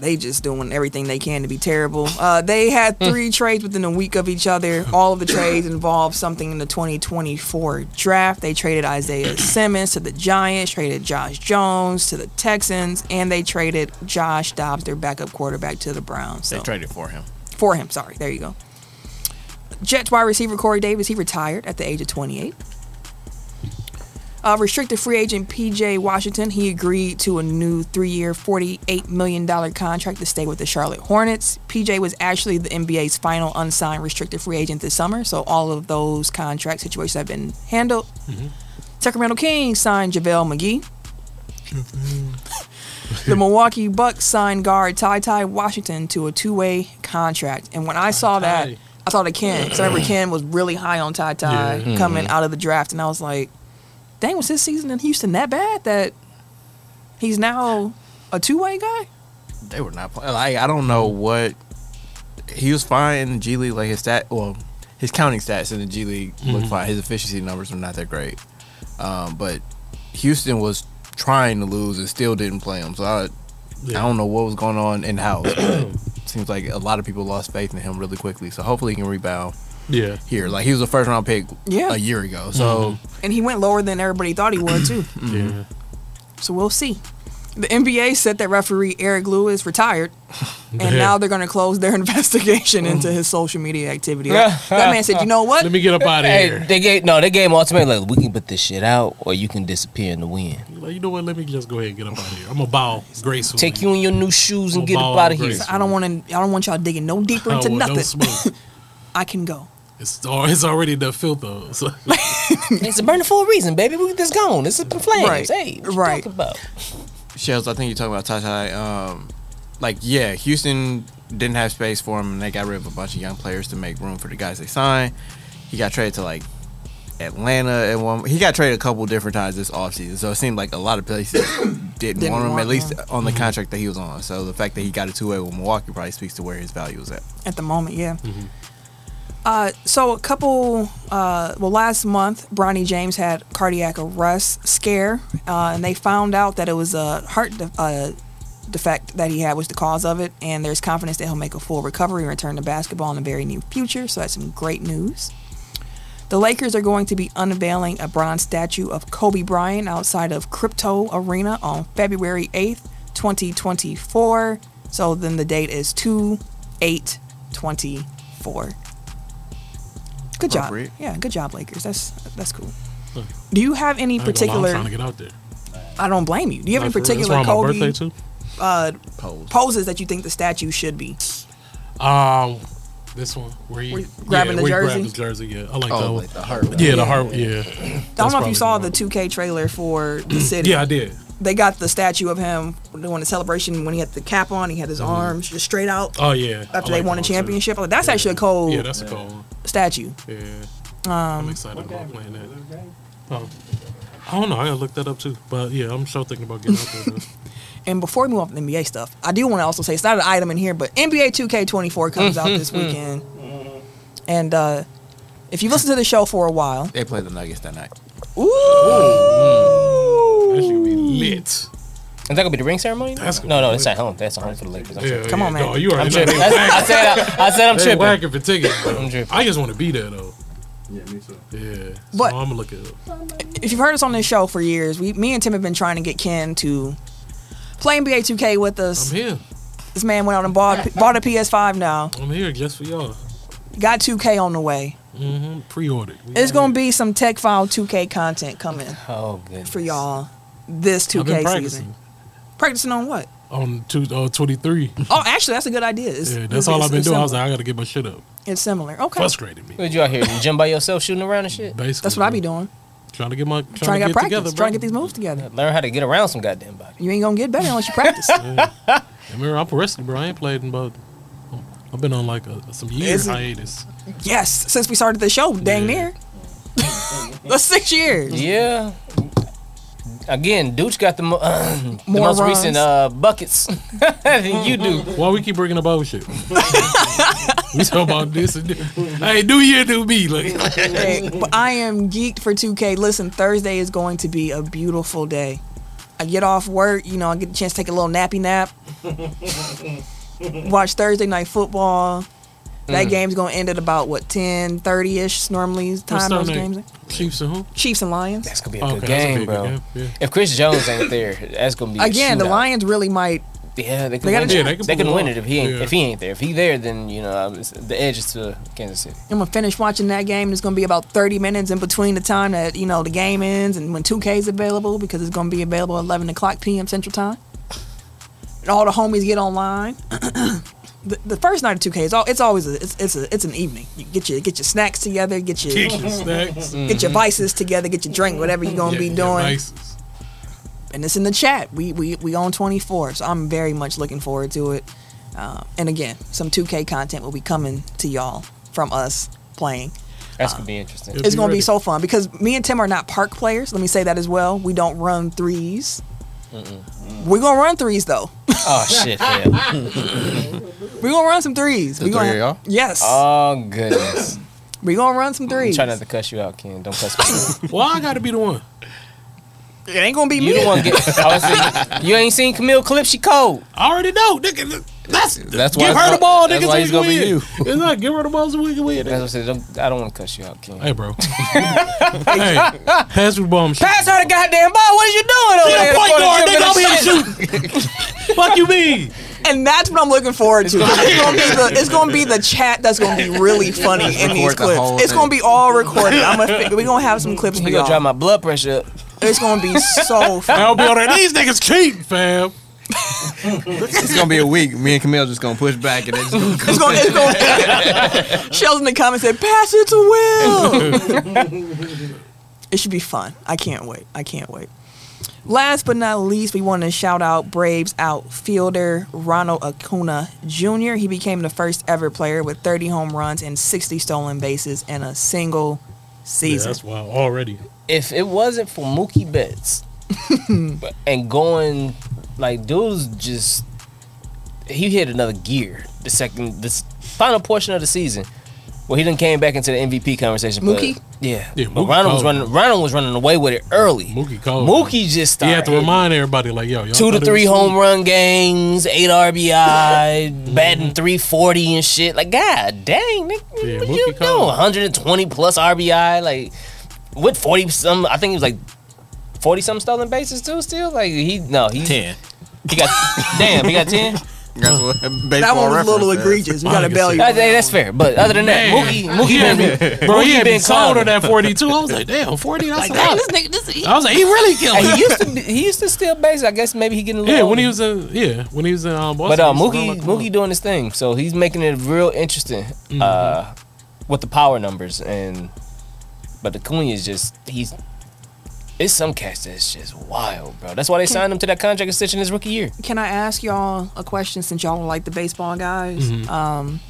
they just doing everything they can to be terrible. Uh, they had three trades within a week of each other. All of the trades involved something in the 2024 draft. They traded Isaiah Simmons to the Giants, traded Josh Jones to the Texans, and they traded Josh Dobbs, their backup quarterback, to the Browns. So
They traded for him.
for him. Sorry, there you go. Jets wide receiver Corey Davis, he retired at the age of 28. Uh, restricted free agent PJ Washington, he agreed to a new three year, $48 million contract to stay with the Charlotte Hornets. PJ was actually the NBA's final unsigned restricted free agent this summer, so all of those contract situations have been handled.
Mm-hmm.
Sacramento Kings signed JaVale McGee.
Mm-hmm.
the Milwaukee Bucks signed guard Ty Ty Washington to a two way contract. And when I saw that,
Ty.
I thought of Ken. Because I remember Ken was really high on Ty Ty
Yeah. Hmm.
coming out of the draft, and I was like, dang, was his season in Houston that bad that he's now a two way guy?
They were not playing. Like I don't know what he was fine in the G League. Like his stat, well, his counting stats in the G League looked fine. His efficiency numbers were not that great. Um, but Houston was trying to lose and still didn't play him. So I, I don't know what was going on in house. Seems like a lot of people lost faith in him really quickly. So hopefully he can rebound
Yeah.
here. Like he was a first round pick
Yeah.
a year ago. So
Mm-hmm.
mm-hmm.
And he went lower than everybody thought he would, too.
Yeah.
So we'll see. The NBA said that referee Eric Lewis retired, and
Yeah. Mm.
now they're going to close their investigation into his social media activity. that man said, "You know what?
Let me get up out of
Hey,
here.
they gave no, they gave him ultimate like we can put this shit out or you can disappear in the wind.
Like, you know what? Let me just go ahead and get up out of here. I'm gonna bow gracefully.
Take you in your new shoes and
Well,
get up
ball
out of here.
great.
I don't want to. I don't want y'all digging no deeper
Oh,
into
well, don't
nothing.
smoke.
I can go."
It's, al- it's already the filth though. So
It's burning for a reason, baby. We just gone. This is the flames.
Right.
Hey, what you
Right.
talking about?
Shells, I think you're talking about Ty Ty. Um, like, yeah, Houston didn't have space for him, and they got rid of a bunch of young players to make room for the guys they signed. He got traded to like Atlanta, and one he got traded a couple different times this offseason. So it seemed like a lot of places didn't,
Didn't
want him,
want
at least on the contract that he was on. So the fact that he got a two way with Milwaukee probably speaks to where his value was at.
at the moment, yeah. Uh, so a couple, uh, well, last month, Bronny James had cardiac arrest scare, uh, and they found out that it was a heart de- uh, defect that he had was the cause of it, and there's confidence that he'll make a full recovery and return to basketball in the very near future. So that's some great news. The Lakers are going to be unveiling a bronze statue of Kobe Bryant outside of Crypto Arena on February 8th, 2024. So then the date is 2 8 24.
Oh,
Good job.
Appropriate.
Yeah, good job, Lakers. That's that's cool. Do you have any particular?
I'm trying to get out there.
I don't blame you. Do you have any
Like, for real, it's
particular
around my birthday
Kobe uh,
too.
poses that you think the statue should be?
Um, this one where you
Where you grabbing the
where you grab
jersey?
his jersey. Yeah, I like that
Oh,
one.
like the heart.
yeah, the heart. Yeah.
I don't know if you
probably
saw
the
the
one. Mm-hmm.
2K trailer for the city.
Yeah, I did.
they got the statue of him doing the celebration when he had the cap on. He had his arms just straight out
Oh yeah. Mm-hmm. I
after
like
they won a
that one, too.
championship. Like, that's actually a cold
Yeah, that's a cool one.
statue.
Yeah.
Um,
I'm excited about playing that. Oh. I don't know. I gotta look that up too. But yeah, I'm sure thinking about getting out there. though.
And before we move on from NBA stuff, I do want to also say it's not an item in here, but NBA 2K24 comes out this
Mm-hmm.
weekend. And uh, if you've listened to the show for a while,
They played the Nuggets that night.
That should be
ooh,
lit.
Is that gonna be the ring ceremony?
That's
no, no, that's not home. That's a home for the Lakers. I'm
Yeah,
tripping.
Come
yeah.
on, man.
No, you
I'm
already know
tripping.
they
That's- I said I, I said I'm
They
tripping.
whacking for tickets, bro.
I'm tripping.
I just want to be there though. Yeah, me too. Yeah, so
But-
I'm gonna look it up.
if you've heard us on this show for years, we, me and Tim have been trying to get Ken to play NBA 2K with us.
I'm here.
This man went out and bought bought a PS5 now.
I'm here just for y'all.
Got 2K on the way.
hmm Pre-ordered. We
It's
out
gonna
here.
be some tech file 2K content coming
Oh good.
for y'all this
I've been
2K
practicing
season. Practicing on what?
on two, uh, 23.
Oh, actually, that's a good idea. It's,
Yeah,
it's-
that's all
it's-
I've been
it's
doing. I
Similar.
was like, I gotta get my shit up.
it's similar. Okay,
Frustrated me.
What you out here in the gym by yourself shooting around and shit?
Basically,
that's what I be
bro.
doing.
Trying to get my trying,
Trying,
to
to
get
get practice.
together.
trying to get
bro.
these moves together.
Learn how to get around some goddamn body.
You ain't gonna get better unless you practice.
I remember, I'm rested, bro. I ain't played in about. I've been on like a, some years
Isn't-
hiatus.
yes, since we started the show, dang
Yeah.
near. That's six years.
Mm-hmm. Yeah. Again, Dooch got the, mo- the
More
most
runs.
recent uh, buckets than you do.
Why we keep bringing up old shit? we talk about this and this. Hey, new year, new me. Like,
Hey, but I am geeked for 2K. Listen, Thursday is going to be a beautiful day. I get off work, you know, I get a chance to take a little nappy nap. Watch Thursday night football. That
Mm.
game's gonna end at about what 10, 30 ish normally is the time those
Thursday?
games. are.
Chiefs and who?
Chiefs and Lions.
That's gonna be a
Okay,
good
that's gonna
game,
be a
bro.
good game, yeah.
If Chris Jones ain't there, that's gonna be a
Again, the
shootout.
Lions really might
Yeah, they
They
can
got
win.
a
it.
Yeah,
they
they
can
can,
pull it
win
off.
it if he ain't
Yeah.
if he ain't there. If he there, then you know it's- the edge is to Kansas City.
I'm gonna finish watching that game. There's gonna be about 30 minutes in between the time that you know the game ends and when 2K is available because it's gonna be available at 11 o'clock p.m. Central Time. And all the homies get online. the, the first night of 2K is all it's always a, it's it's, a, it's an evening. You get your get your snacks together, get your
Kick your
Mm.
snacks.
get your vices together, get your drink, whatever you're gonna
Mm-hmm.
be
Yeah, yeah,
doing.
vices.
And it's in the chat. We we we on 24, so I'm very much looking forward to it. Uh, and again, some 2K content will be coming to y'all from us playing.
That's gonna be interesting.
It'll
It's going to
ready.
be so fun because me and Tim are not park players. Let me say that as well. We don't run 3s we We're gonna run threes though.
Oh shit! Yeah.
We're gonna run some threes. We
three
gonna
of y'all?
yes.
Oh goodness!
We're gonna run some
I'm
threes.
trying not to cuss you out, Ken. Don't cuss me.
Well, I gotta be the one.
It ain't gonna be
out.
me.
you don't want to get. I was saying, you ain't seen Camille clip. She cold.
I already know, nigga. That's
That's why
give
it's
her the
go-
ball,
that's
nigga.
why
So we
it's
can
gonna be
win.
you.
It's not give her the ball so we can win.
That's what I said. Don't, I don't want to cuss you out, Ken.
Hey, bro. hey, pass me the ball. I'm shooting.
Pass her the goddamn ball. What are you doing over
Nigga,
there?
point
For the
guard,
gym
nigga.
in
I'm
the
here
shade?
to shoot. Fuck you, mean?
And that's what I'm looking forward to. It's gonna, be the, it's gonna be the chat that's gonna be really funny in these
record the whole
clips. It's gonna be all recorded. I'm gonna, fi- we gonna have some clips for
You gonna drive
y'all.
my blood pressure up?
It's gonna be so fun.
I'll be on there. These niggas cheating, fam.
It's gonna be a week. Me and Camille just gonna push back and it's just
It's gonna, it's gonna. Sheldon in the comments said, "Pass it to Will." it should be fun. I can't wait. I can't wait. Last but not least, we want to shout out Braves outfielder Ronald Acuna Jr. He became the first ever player with 30 home runs and 60 stolen bases in a single
Yeah,
season.
that's wild already.
if it wasn't for Mookie Betts and going like dudes just he hit another gear the second this final portion of the season. Well, he then came back into the MVP conversation. but-
Mookie?
yeah,
Yeah,
but
Mookie
Ronald was
cold.
running. Ronald was running away with it early.
Mookie cold.
Mookie just
You
started.
have to remind everybody, like, yo, y'all
two
thought
to
it was
three
sweet.
home run games, eight RBI, batting three forty and shit. Like, god dang, Nick,
Yeah,
what
Mookie
you doing?
Cole.
One hundred and twenty plus RBI, like with forty some. I think he was like forty some stolen bases too. Still, like he no he
ten.
he got damn he got ten.
That's what
That
baseball
one was a little
reference is.
egregious. We gotta
Monica
bail
said-
you.
I think that's fair, but other than that,
Man.
Mookie Mookie
Yeah,
been
Bro, he
Mookie
had been
been
sold on
clowning.
that 42. I was like, damn, 40? That's a lot.
nigga, this, he,
I was like, he really killed
and
me.
he used to be- he used to steal bases. I guess maybe he getting a little
Yeah, when he
older.
was in, yeah, when he was in um, Boston.
But uh,
he used to run
Mookie,
like a
Mookie doing his thing, so he's making it real interesting uh, with the power numbers and. But the Acuna is just he's. It's some cats that's just wild, bro. That's why they signed him to that contract extension his rookie year.
Can I ask y'all a question since y'all are like the baseball guys? Um,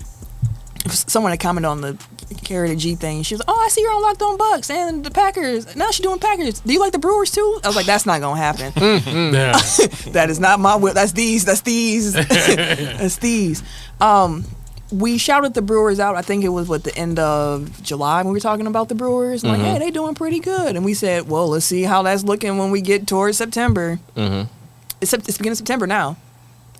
if someone had commented on the Carrie the G thing. She was like, "Oh, I see you're on Locked On Bucks and the Packers. Now she's doing Packers. Do you like the Brewers too?" I was like, "That's not gonna happen.
Mm.
little- Yeah.
that is not my will. That's these. That's these. that's these." Um, we shouted the Brewers out. I think it was what the end of July when we were talking about the Brewers. Like, hey, they doing pretty good. And we said, well, let's see how that's looking when we get towards September.
Mm-hmm.
It's, Sep- it's beginning of September now,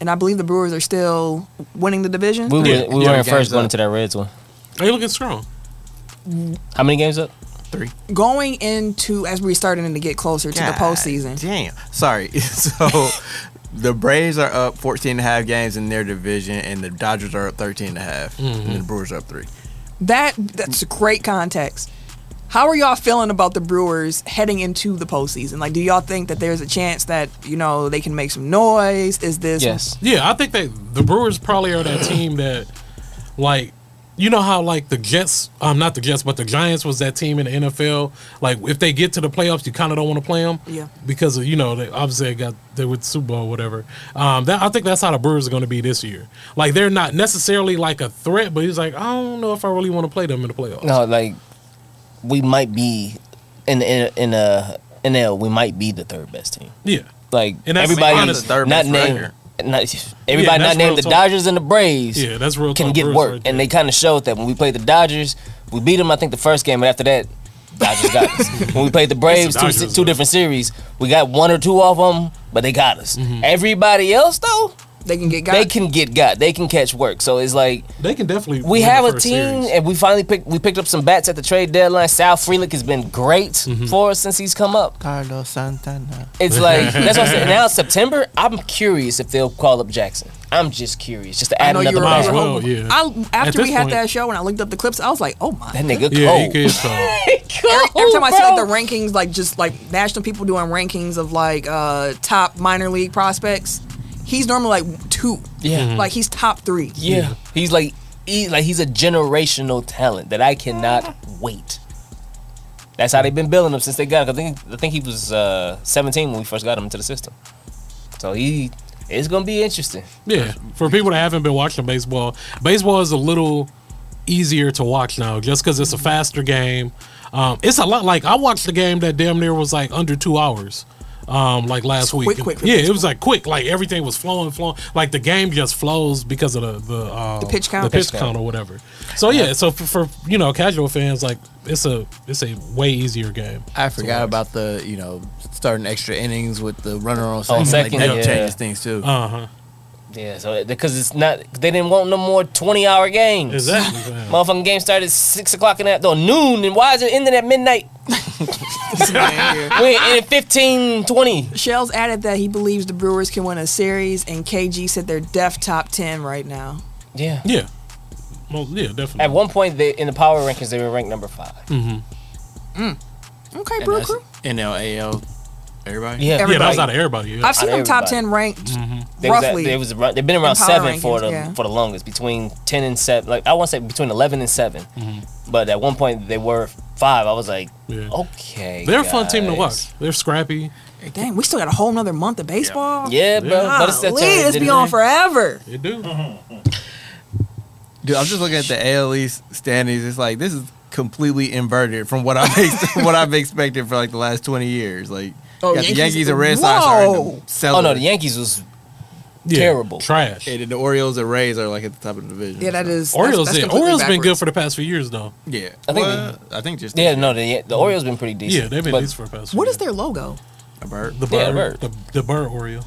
and I believe the Brewers are still winning the division.
We were
Yeah,
we
yeah,
were in
game's
first going
up.
into that Reds one.
They looking strong.
How many games up?
Going into as we're starting to get closer to the
God
postseason,
Damn. Sorry. So the Braves are up 14 and a half games in their division, and the Dodgers are up 13 and a half, and
Mm-hmm.
the Brewers are up three.
that that's great context. How are y'all feeling about the Brewers heading into the postseason? Like, do y'all think that there's a chance that you know they can make some noise? Is this
Yes.
Yeah, I think that the Brewers probably are that team that, like, you know how like the Jets, um, not the Jets, but the Giants was that team in the NFL. Like, if they get to the playoffs, you kind of don't want to play them,
Yeah.
because of, you know they obviously they got they with Super Bowl, whatever. Um, that I think that's how the Brewers are going to be this year. Like, they're not necessarily like a threat, but he's like, I don't know if I really want to play them in the playoffs.
No, like we might be in in in a NL. We might be the third best team.
Yeah,
Like
And that's
everybody,
honest,
third
not
best
named,
record.
not, everybody not
that's
named
real
the
talk.
Dodgers and the Braves.
yeah, that's real.
can
talk
get
Brewers
work.
right
and they
there.
kind of showed that when we played the Dodgers, we beat them, I think, the first game. But after that, Dodgers got us. When we played the Braves, two,
Dodgers, Mm-hmm.
two
though.
different series, we got one or two of them, but they got us. Everybody else, though,
they can get guys?
they can get got. They can catch work. So it's like
they can definitely
we
win the
have a
first
team,
series.
and we finally picked we picked up some bats at the trade deadline. Sal Frelick has been great
Mm-hmm.
for us since he's come up.
Carlos Santana.
It's like that's what I'm saying. Now it's September, I'm curious if they'll call up Jackson. I'm just curious, just to
I
add
know you
another
were,
Might as
you were
player.
well,
hoping-
yeah.
I,
At
after
this
we had
point-
that show and I looked up the clips, I was like, "Oh my!"
That nigga cold.
Yeah, he could. So.
Every, every time I see
bro.
like the rankings, like just like national people doing rankings of like uh top minor league prospects, he's normally like two.
Yeah. Mhm.
Like he's top three.
Yeah, he's like, he, like he's a generational talent that I cannot wait. That's how they've been building him since they got him. I think I think he was uh, 17 when we first got him into the system. So he, it's gonna be interesting.
Yeah, for people that haven't been watching baseball, baseball is a little easier to watch now just because it's a faster game. Um, it's a lot like I watched the game that damn near was like under two hours. Um, like last
Quick,
week,
quick, quick,
yeah,
quick.
it was like quick, like everything was flowing, flowing. Like the game just flows because of the the, um,
The pitch count.
the pitch
Pitch count.
count or whatever. So yeah, so for, for you know casual fans, like it's a it's a way easier game.
I
watch.
forgot about the you know starting extra innings with the runner on Oh, second.
On second,
like, that
yeah.
changes things too.
Uh huh.
Yeah, so because it's not they didn't want no more twenty hour games.
Exactly. man.
Motherfucking game started at six o'clock in the no, noon, and why is it ending at midnight? We ended fifteen twenty.
Shells added that he believes the Brewers can win a series, and KG said they're def top 10 right now.
Yeah.
yeah. Well, yeah, definitely.
At one point, they, in the power rankings, they were ranked number five.
Okay,
And
Brew
that's
Crew.
NLAL, everybody.
Yeah,
yeah, that was
everybody.
out of everybody. Mm-hmm. Yeah.
I've seen them top
Everybody.
10 ranked
They was at-
roughly.
they was around, they've been around
power
seven for
rankings,
the
yeah.
for the longest, between ten and seven. Like I want to say between eleven and 7
Mm-hmm.
But at one point they were five. I was like,
Yeah.
okay,
They're a fun team to
guys.
watch. They're scrappy.
Dang, we still got a whole nother month of baseball.
Yeah, bro.
Golly,
But it's that time,
this
didn't
be on
they?
forever.
They do.
Uh-huh.
Dude, I'm just looking at the AL East standings. It's like this is completely inverted from what I've ex- what I've expected for like the last 20 years. Like
Oh,
you got the
Yankees-
Yankees and Red Sox are in
Whoa.
the cellar.
Oh no, the Yankees was
Yeah,
Terrible.
Trash.
and then the Orioles and Rays are like at the top of the division.
Yeah, that
so-
is.
Orioles,
that's, that's
yeah.
completely
Orioles been good
backwards.
for the past few years though.
Yeah,
I think-
Well, I think just
yeah no the the Orioles been pretty decent.
Yeah, they've been
but-
at least for the past.
What
few
is their logo?
a bird.
years. the
Yeah, bird.
bird? The, the bird Oreo.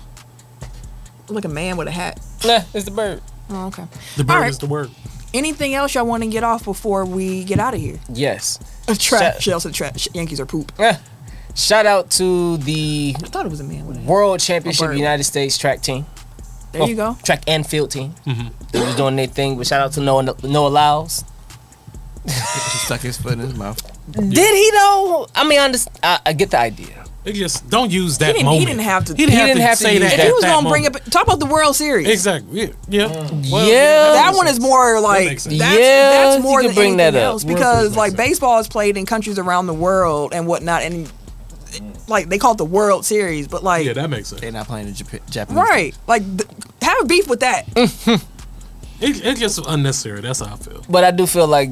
Like a man with a hat.
Nah, it's the bird.
Oh, okay.
The
All
bird
right.
is the word.
Anything else y'all want to get off before we get out of here?
Yes.
Trap.
Shut-
Shells and trap. Yankees are poop.
Eh. Shout out to the
I thought it was a man with a hat.
World
A
Championship
bird.
United States track team.
There you
Oh.
go.
Track and field team.
Mm-hmm.
They was doing their thing. But shout out to Noah Noah Lyles.
He stuck his foot in his mouth.
Did he though? I mean, I, under- I, I get the idea.
It just don't use that
didn't- he
moment.
didn't have to-
He didn't,
He
have,
didn't
to
have to
say
use
that.
that.
If he was
going
gonna bring up, talk about the World Series.
Exactly. Yeah. Yeah. Well,
Yeah.
that
That
makes
one is
sense.
more like
makes
that's,
sense.
Yeah,
that's
you
more
could
than
bring
anything
that up.
else
World Series
because
makes
like
sense.
baseball is played in countries around the world and whatnot, and like they call it the World Series, but like
Yeah, that makes sense.
They're not playing the Jap- Japanese.
right, like th- have a beef with that.
It, it's just unnecessary. That's how I feel.
But I do feel like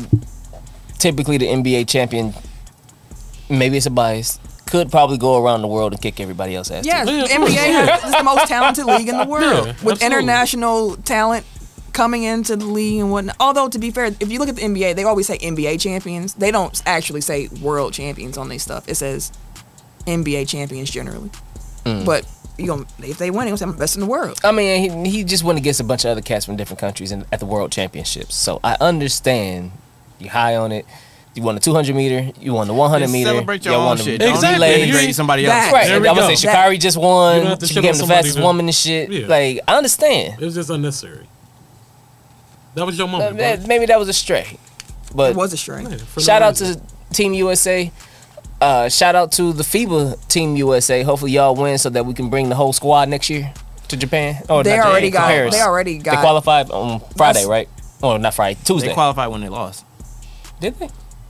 typically the NBA champion, maybe it's a bias, could probably go around the world and kick everybody else ass.
Yes,
Yeah,
the
of course.
NBA has, is the most talented league in the world
Yeah,
with
absolutely.
international talent coming into the league and whatnot. Although to be fair, if you look at the NBA, they always say NBA champions. They don't actually say world champions on their stuff. It says NBA champions generally.
Mm.
But you gonna if they win, they gonna say I'm the best in the world.
I mean, he, he just went against a bunch of other cats from different countries in, at the World Championships. So I understand you high on it. You won the 200 meter. You won the 100
Just
meter.
celebrate your
you
own
won the
shit.
relay.
Don't
Exactly.
exactly.
You're-
Celebrate somebody
That-
else.
Right.
There
I'm
we
gonna say
go.
Shakari just
You don't
won.
have to
She
shit
became
on
the
somebody
fastest
to-
woman and shit.
Yeah.
Like I understand.
It was just unnecessary. That was your
Uh,
moment.
that-
bro.
maybe that was a stray, but
It was a string.
Yeah, for no
shout out
reason.
to Team USA. Uh, shout out to the FIBA Team USA. Hopefully y'all win so that we can bring the whole squad next year to Japan. Oh,
They
not Japan,
already
to
got-
Paris.
they already got-
They qualified on Friday,
That's-
right? Oh, not Friday, Tuesday.
They qualified when they lost.
Did they?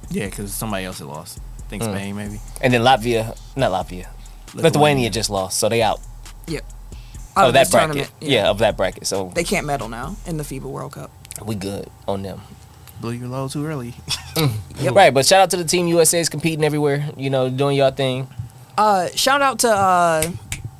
Yeah, because somebody else had lost. I think Spain maybe.
And then Latvia, not Latvia, Lithuania, just lost, so they out
Yep.
of,
Out
oh, that
this
bracket. Yeah. of that bracket. So
They can't medal now in the FIBA World Cup.
we good on them.
Blew your load too early.
Right, but shout out to the Team USA's competing everywhere. You know, doing y'all thing.
Uh, shout out to uh,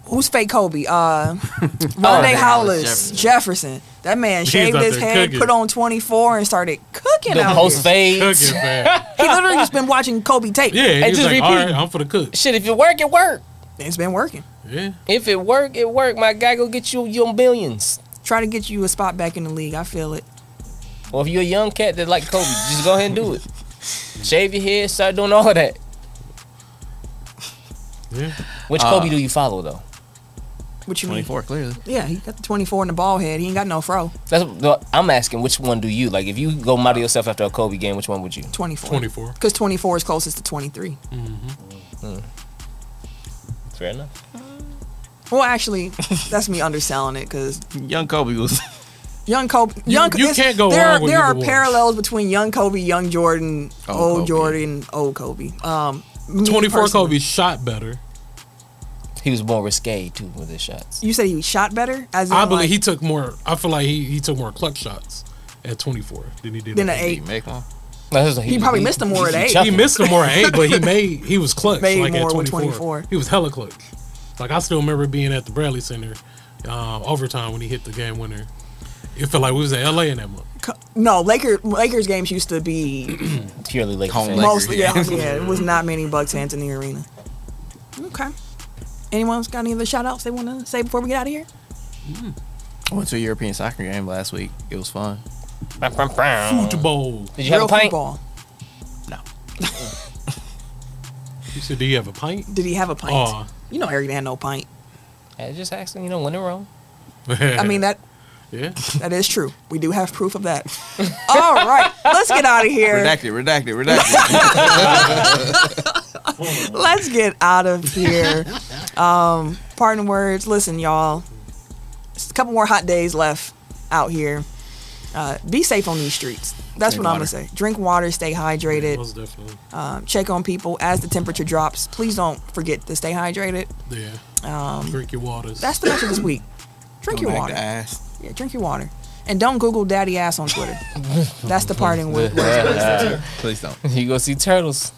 who's fake Kobe? Uh, Rondé
Hollis
Hollis Jefferson. That man shaved
out
his
there
head,
cooking.
put on 24, and started cooking
The
out
post
here.
fades.
Cooking, man.
He literally just been watching Kobe tape.
Yeah,
Hey,
he's
just
like, all
repeat.
right, I'm for the cook.
Shit, if it work, it work.
It's been working.
Yeah.
If it work, it work. My guy, go get you your billions.
Try to get you a spot back in the league. I feel it.
Or if you're a young cat that like Kobe, just go ahead and do it. Shave your head, start doing all of that.
Yeah.
Which Kobe do you follow though?
What you mean?
24 clearly.
Yeah, he got the 24 in the ball head. He ain't got no fro.
That's what I'm asking. Which one do you like? If you go model yourself after a Kobe game, which one would you?
24.
24.
Because 24 is closest to 23.
Fair enough.
Well, actually, that's me underselling it because
Young Kobe was.
Young Kobe. Young,
you
it's-
can't go
there,
wrong
are-
with
There
either
are
one.
parallels between young Kobe, young Jordan,
Oh,
Old
old
Kobe.
Jordan, old Kobe. Um, me
24
personally.
Kobe shot better.
He was more risque too with his shots.
You said he shot better. As in,
I believe
like,
he took more. I feel like he, he took more clutch shots. at 24 than he did.
Then
at
an eight.
Did he make one?
That's just-
He probably missed him more at
he
eight.
chucked
He
it.
missed him more at eight, but he made he was clutch.
Made
like at
more
24.
with 24.
He was hella clutch. Like I still remember being at the Bradley Center uh, overtime when he hit the game winner. It felt like we was at LA in that month.
No, Laker Lakers games used to be
purely Lakers.
Home
fan.
Lakers.
mostly yeah, yeah. It was not many Bucks fans in the arena. Okay. Anyone else got any other shout outs they want to say before we get out of here?
I went to a European soccer game last week. It was fun.
Bam, bam, bam.
Football.
Did you have
Real
a pint?
football.
You said, "Do you have a pint?"
Did he have a pint?
Aw.
You know Eric had no pint.
I just asking, you know, when it wrong.
I mean that
Oh. yeah.
that is true. We do have proof of that. All right. Let's get out of here.
Redacted, redacted, redacted.
Let's get out of here. Um, pardon words. Listen, y'all. It's a couple more hot days left out here. Uh, be safe on these streets. That's
Drink
what I'm gonna
water.
say. Drink water. Stay hydrated.
Most definitely.
Um, check on people as the temperature drops. Please don't forget to stay hydrated.
Yeah. Drink your waters.
Um, That's the message this week. Drink your
Back to
water.
ass.
Yeah, drink your water. And don't Google daddy ass on Twitter. That's the parting word.
Please don't.
you go see turtles.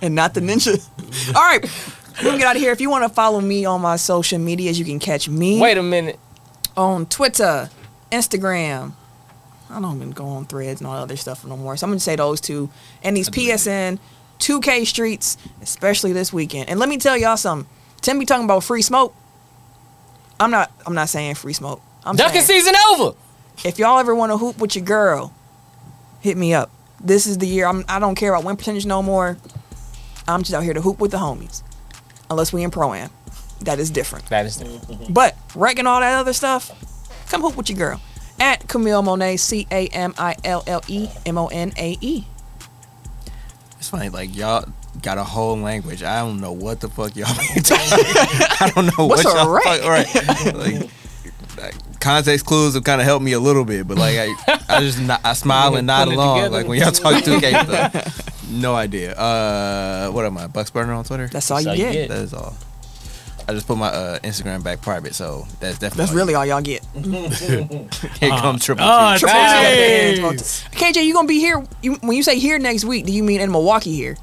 and not the ninja. All right, we're gonna get out of here. If you want to follow me on my social medias, you can catch me
Wait a minute.
on Twitter, Instagram. I don't even go on threads and all that other stuff no more. So I'm gonna say those two and these PSN 2K streets, especially this weekend. And let me tell y'all something. Tim be talking about free smoke. I'm not. I'm not saying free smoke. I'm
Dunking
saying
season over.
if y'all ever want to hoop with your girl, hit me up. This is the year. I'm, I don't care about win percentage no more. I'm just out here to hoop with the homies, unless we in pro am. That is different.
That is the
But wrecking all that other stuff, come hoop with your girl. At Camille Monet, C A M I L L E M O N A E.
It's funny, like y'all got a whole language. I don't know what the fuck y'all be talking. I don't know
What's
what
a
y'all
wreck?
fuck- right. Like, like, context clues have kind of helped me a little bit, but like I, I just not, I smile and nod
Putting it
along.
together.
Like when y'all talk 2K stuff. No idea. Uh, what am I? Bucks burner on Twitter.
That's all
That's
you
all you
get.
get.
That is all. I just put my uh, Instagram back private, so that's definitely
That's really Uh, all y'all get.
here comes triple.
Ah,
T.
Triple
Nice.
T. KJ, you gonna be here? You, when you say here next week, do you mean in Milwaukee here?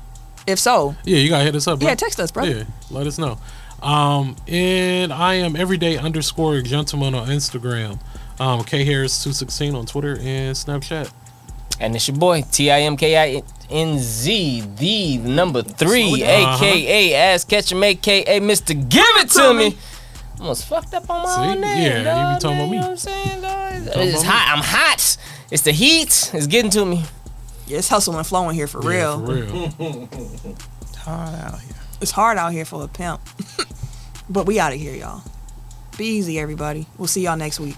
If so,
Yeah, you gotta hit us up. Bro.
yeah, text us, brother.
Yeah, let us know. Um, and I am everyday underscore gentleman on Instagram. Um, K Harris two sixteen on Twitter and Snapchat.
And it's your boy, T I M K I N Z, the number three,
down.
aka
Uh-huh.
Ass Catcher, aka Mr. Give It To Me. Almost fucked up on my
See?
own name.
Yeah, you be
dog, man,
talking about me.
You know what I'm saying, dog?
talking
It's
about
hot. I'm hot. It's the heat. It's getting to me.
Yeah, it's hustle and flowing here for real.
Yeah, for real.
It's hard out here for a pimp. but we out of here, y'all. Be easy, everybody. We'll see y'all next week.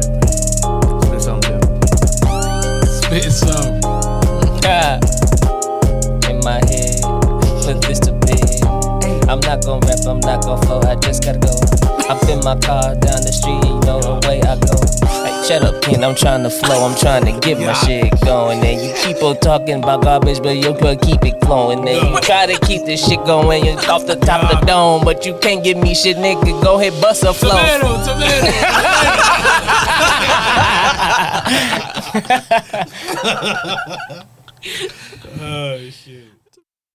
That's all I'm doing.
Spit some.
Ah. In my head, put this to bed. I'm not gonna rap, I'm not gonna flow, I just gotta go. Up in my car down the street, you know the way I go. Like, shut up, Ken, I'm trying to flow, I'm trying to get my shit going. And you keep on talking about garbage, but you could keep it flowing. And you try to keep this shit going, you off the top of the dome, but you can't give me shit, nigga. Go ahead, bust a flow.
Tomato, tomato. oh shit.